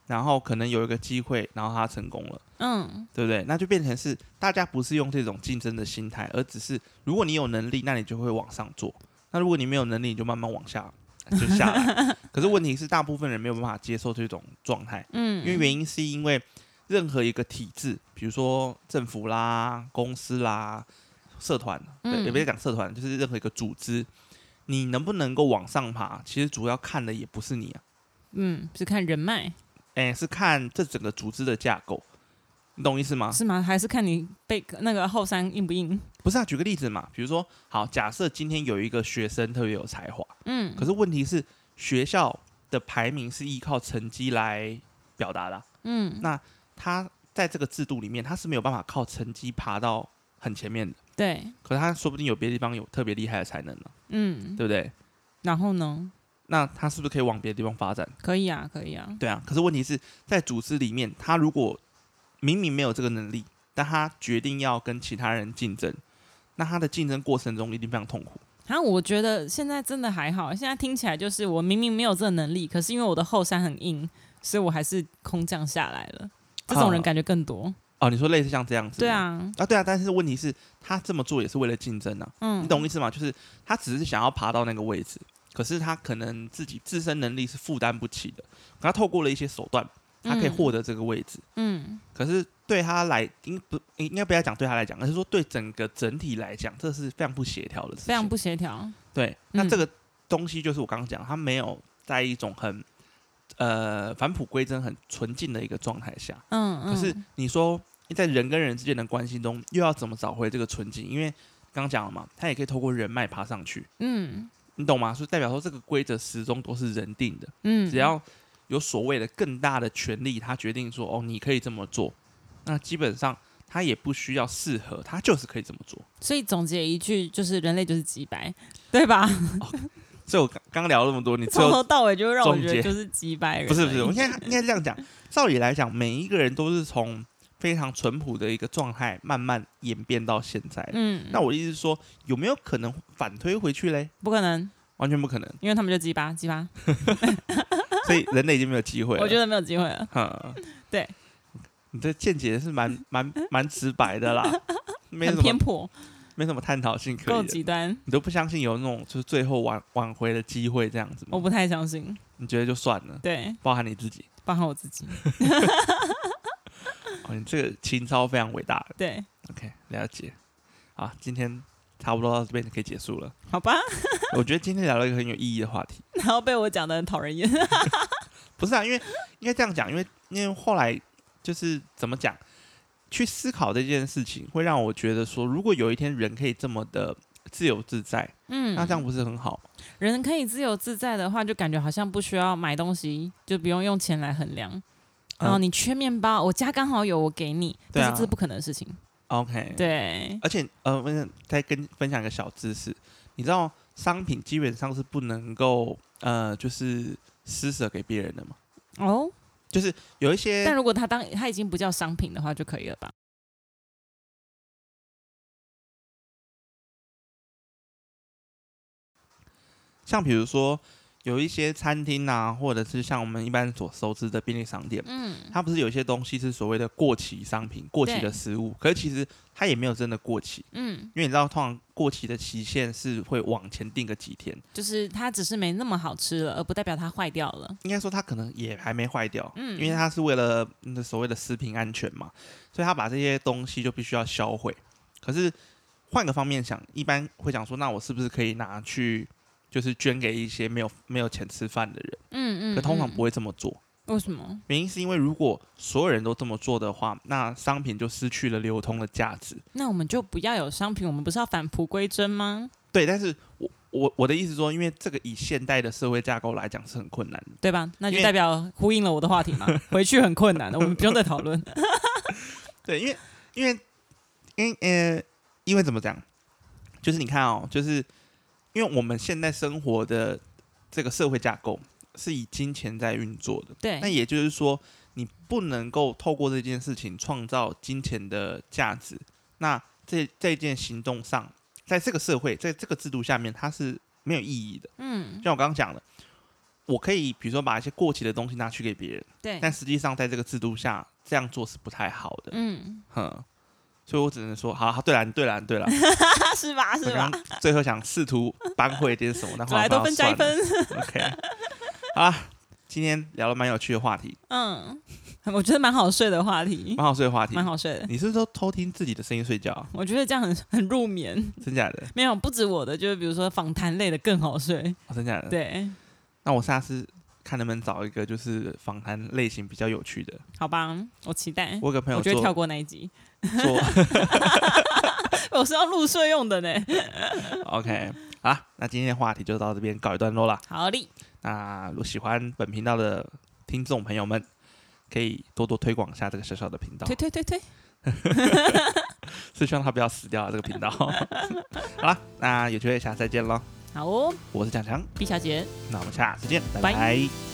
B: 然后可能有一个机会，然后他成功了。
A: 嗯
B: 对不对？那就变成是大家不是用这种竞争的心态，而只是如果你有能力，那你就会往上做；那如果你没有能力，你就慢慢往下就下
A: (laughs)
B: 来。可是问题是，大部分人没有办法接受这种状态，因
A: 嗯，
B: 为原因是因为任何一个体制，比如说政府啦、公司啦、社团，对，
A: 嗯
B: 也别讲社团，就是任何一个组织，你能不能够往上爬，其实主要看的也不是你啊，
A: 嗯是看人脉，
B: 哎，是看这整个组织的架构。你懂我意思吗？
A: 是吗？还是看你被那个后山硬不硬？
B: 不是啊，举个例子嘛，比如说，好，假设今天有一个学生特别有才华，
A: 嗯，
B: 可是问题是学校的排名是依靠成绩来表达的啊，
A: 嗯，
B: 他在这个制度里面，他是没有办法靠成绩爬到很前面的。
A: 对，
B: 可是他说不定有别的地方有特别厉害的才能呢、
A: 嗯，
B: 对不对？
A: 然后呢？
B: 那他是不是可以往别的地方发展？
A: 可以啊，可以啊，
B: 对啊，可是问题是在组织里面，他如果明明没有这个能力，但他决定要跟其他人竞争，那他的竞争过程中一定非常痛苦。
A: 然后我觉得现在真的还好，现在听起来就是我明明没有这个能力，可是因为我的后山很硬，所以我还是空降下来了。这种人
B: 啊
A: 感觉更多。
B: 哦，你说类似像这样子？
A: 对，啊，
B: 啊对啊，但是问题是，他这么做也是为了竞争啊，
A: 嗯，
B: 你懂我意思吗？就是他只是想要爬到那个位置，可是他可能自己自身能力是负担不起的，可他透过了一些手段，他可以获得这个位置。
A: 嗯，
B: 可是对他来，应不应该不要讲对他来讲，而是说对整个整体来讲，这是非常不协调的事情。
A: 非常不协调。
B: 对。那
A: 嗯
B: 这个东西就是我刚刚讲，他没有在一种很呃返璞归真、很纯净的一个状态下。
A: 嗯，嗯
B: 可是你说在人跟人之间的关系中，又要怎么找回这个纯净？因为刚刚讲了嘛，他也可以透过人脉爬上去，
A: 嗯
B: 你懂吗？所以代表说这个规则始终都是人定的，
A: 嗯，
B: 只要有所谓的更大的权利，他决定说哦，你可以这么做，那基本上他也不需要适合，他就是可以这么做。
A: 所以总结一句就是人类就是鸡白，对吧？ (laughs)
B: 所以我刚刚聊了那么多，你最
A: 从
B: 后
A: 头到尾就让我觉
B: 总结
A: 得就是鸡白人而已。
B: 不是不是，我应该应该这
A: (laughs)
B: 样讲。照理来讲，每一个人都是从非常淳朴的一个状态，慢慢演变到现在的。
A: 嗯，
B: 那我的意思是说，有没有可能反推回去嘞？
A: 不可能，
B: 完全不可
A: (laughs)
B: 能，
A: 因为他们就鸡巴鸡巴，
B: 所以人类已经没有机会了。
A: 我觉得没有机会了。
B: 嗯，
A: 对，嗯
B: 你这见解是蛮蛮蛮直白的
A: (laughs)
B: 啦，没
A: 很
B: 什
A: 偏
B: 么
A: 颇，
B: 没什么探讨性可
A: 够
B: 以的。
A: 极端，
B: 你都不相信有那种就是最后挽挽回的机会这样子
A: 我
B: 吗？
A: 不太相信。
B: 你觉得就算了，
A: 对，
B: 包含你自己，
A: 包含我自己。
B: 哦，你这个情操非常伟大。
A: 对，
B: OK，了解。啊，今天差不多到这边就可以结束了。 (laughs)
A: 好吧， (laughs)
B: 我觉得今天聊了一个很有意义的话题。
A: 然后被我讲的很讨人厌。
B: 不是啊，因为应该这样讲，因为因为后来就是怎么讲，去思考这件事情，会让我觉得说，如果有一天人可以这么的自由自在，
A: (laughs) 嗯，
B: 那这样不是很好吗？
A: 人可以自由自在的话，就感觉好像不需要买东西，就不用用钱来衡量。然后你缺面包，我家刚好有，我给你，
B: 对
A: 但
B: 啊
A: 是这是不可能的事情。
B: OK，，
A: 对，
B: 而且呃，我想再跟分享一个小知识，你知道商品基本上是不能够呃，就是施舍给别人的嘛，
A: 哦，
B: 就是有一些
A: 但如果它当它已经不叫商品的话，就可以了吧？
B: 像比如说有一些餐厅啊，或者是像我们一般所熟知的便利商店，
A: 嗯，
B: 它不是有一些东西是所谓的过期商品、过期
A: 对
B: 的食物，可是其实它也没有真的过期，
A: 嗯，
B: 因为你知道，通常过期的期限是会往前定个几天，
A: 就是它只是没那么好吃了，而不代表它坏掉了。
B: 应该说它可能也还没坏掉，
A: 嗯
B: 因为它是为了嗯所谓的食品安全嘛，所以它把这些东西就必须要销毁。可是换个方面想，一般会想说，那我是不是可以拿去就是捐给一些没有没有钱吃饭的人？
A: 嗯嗯，
B: 可通常
A: 嗯
B: 不会这么做。
A: 为什么？
B: 原因是因为如果所有人都这么做的话，那商品就失去了流通的价值。
A: 那我们就不要有商品，我们不是要返璞归真吗？
B: 对，但是我我我的意思说，因为这个以现代的社会架构来讲是很困难的。
A: 对吧？那
B: 因
A: 就
B: 为
A: 代表呼应了我的话题 (laughs) 嘛。回去很困难的，我们不用再讨论。
B: 对，因为因为因为呃，因为怎么讲，就是你看哦，就是因为我们现在生活的这个社会架构是以金钱在运作的，那
A: 对，
B: 也就是说，你不能够透过这件事情创造金钱的价值。那这这件行动上，在这个社会，在这个制度下面，它是没有意义的。
A: 嗯，
B: 像我刚刚讲的，我可以比如说把一些过期的东西拿去给别人，
A: 对，
B: 但实际上在这个制度下这样做是不太好的。
A: 嗯，
B: 哼，所以我只能说，好，好对了，你对了，你对了。
A: 啊， (laughs) 是吧？是
B: 我
A: 吧
B: 刚？刚最后想试图扳回一点什么，但后
A: 本来
B: 来
A: 都
B: 发现
A: 分加一
B: 算
A: 分，
B: 了。OK，好啦，今天聊了蛮有趣的话题，
A: 嗯， (laughs) 我觉得蛮好睡的话题，
B: 蛮好睡的话题，
A: 蛮好睡的。
B: 你是不是都偷听自己的声音睡觉啊？
A: 我觉得这样很很入眠，
B: 真假的？
A: 没有不止我的，就是比如说访谈类的更好睡。
B: 哦、真假的？
A: 对，
B: 那我下次看能不能找一个就是访谈类型比较有趣的。
A: 好吧，我期待。
B: 我有个朋友
A: 我觉
B: 做
A: 得跳过那一集，
B: 做 (laughs)
A: 我是要入睡用的呢。
B: OK，好啦，那今天的话题就到这边告一段落啦。
A: 好嘞，
B: 那如果喜欢本频道的听众朋友们，可以多多推广一下这个小小的频道
A: 推，推推推，
B: 是希望它不要死掉啊这个频道。好啦，那有机会下次再见喽，
A: 好哦
B: 我是强强，
A: ，B 小姐。
B: 那我们下次见，拜
A: 拜
B: 拜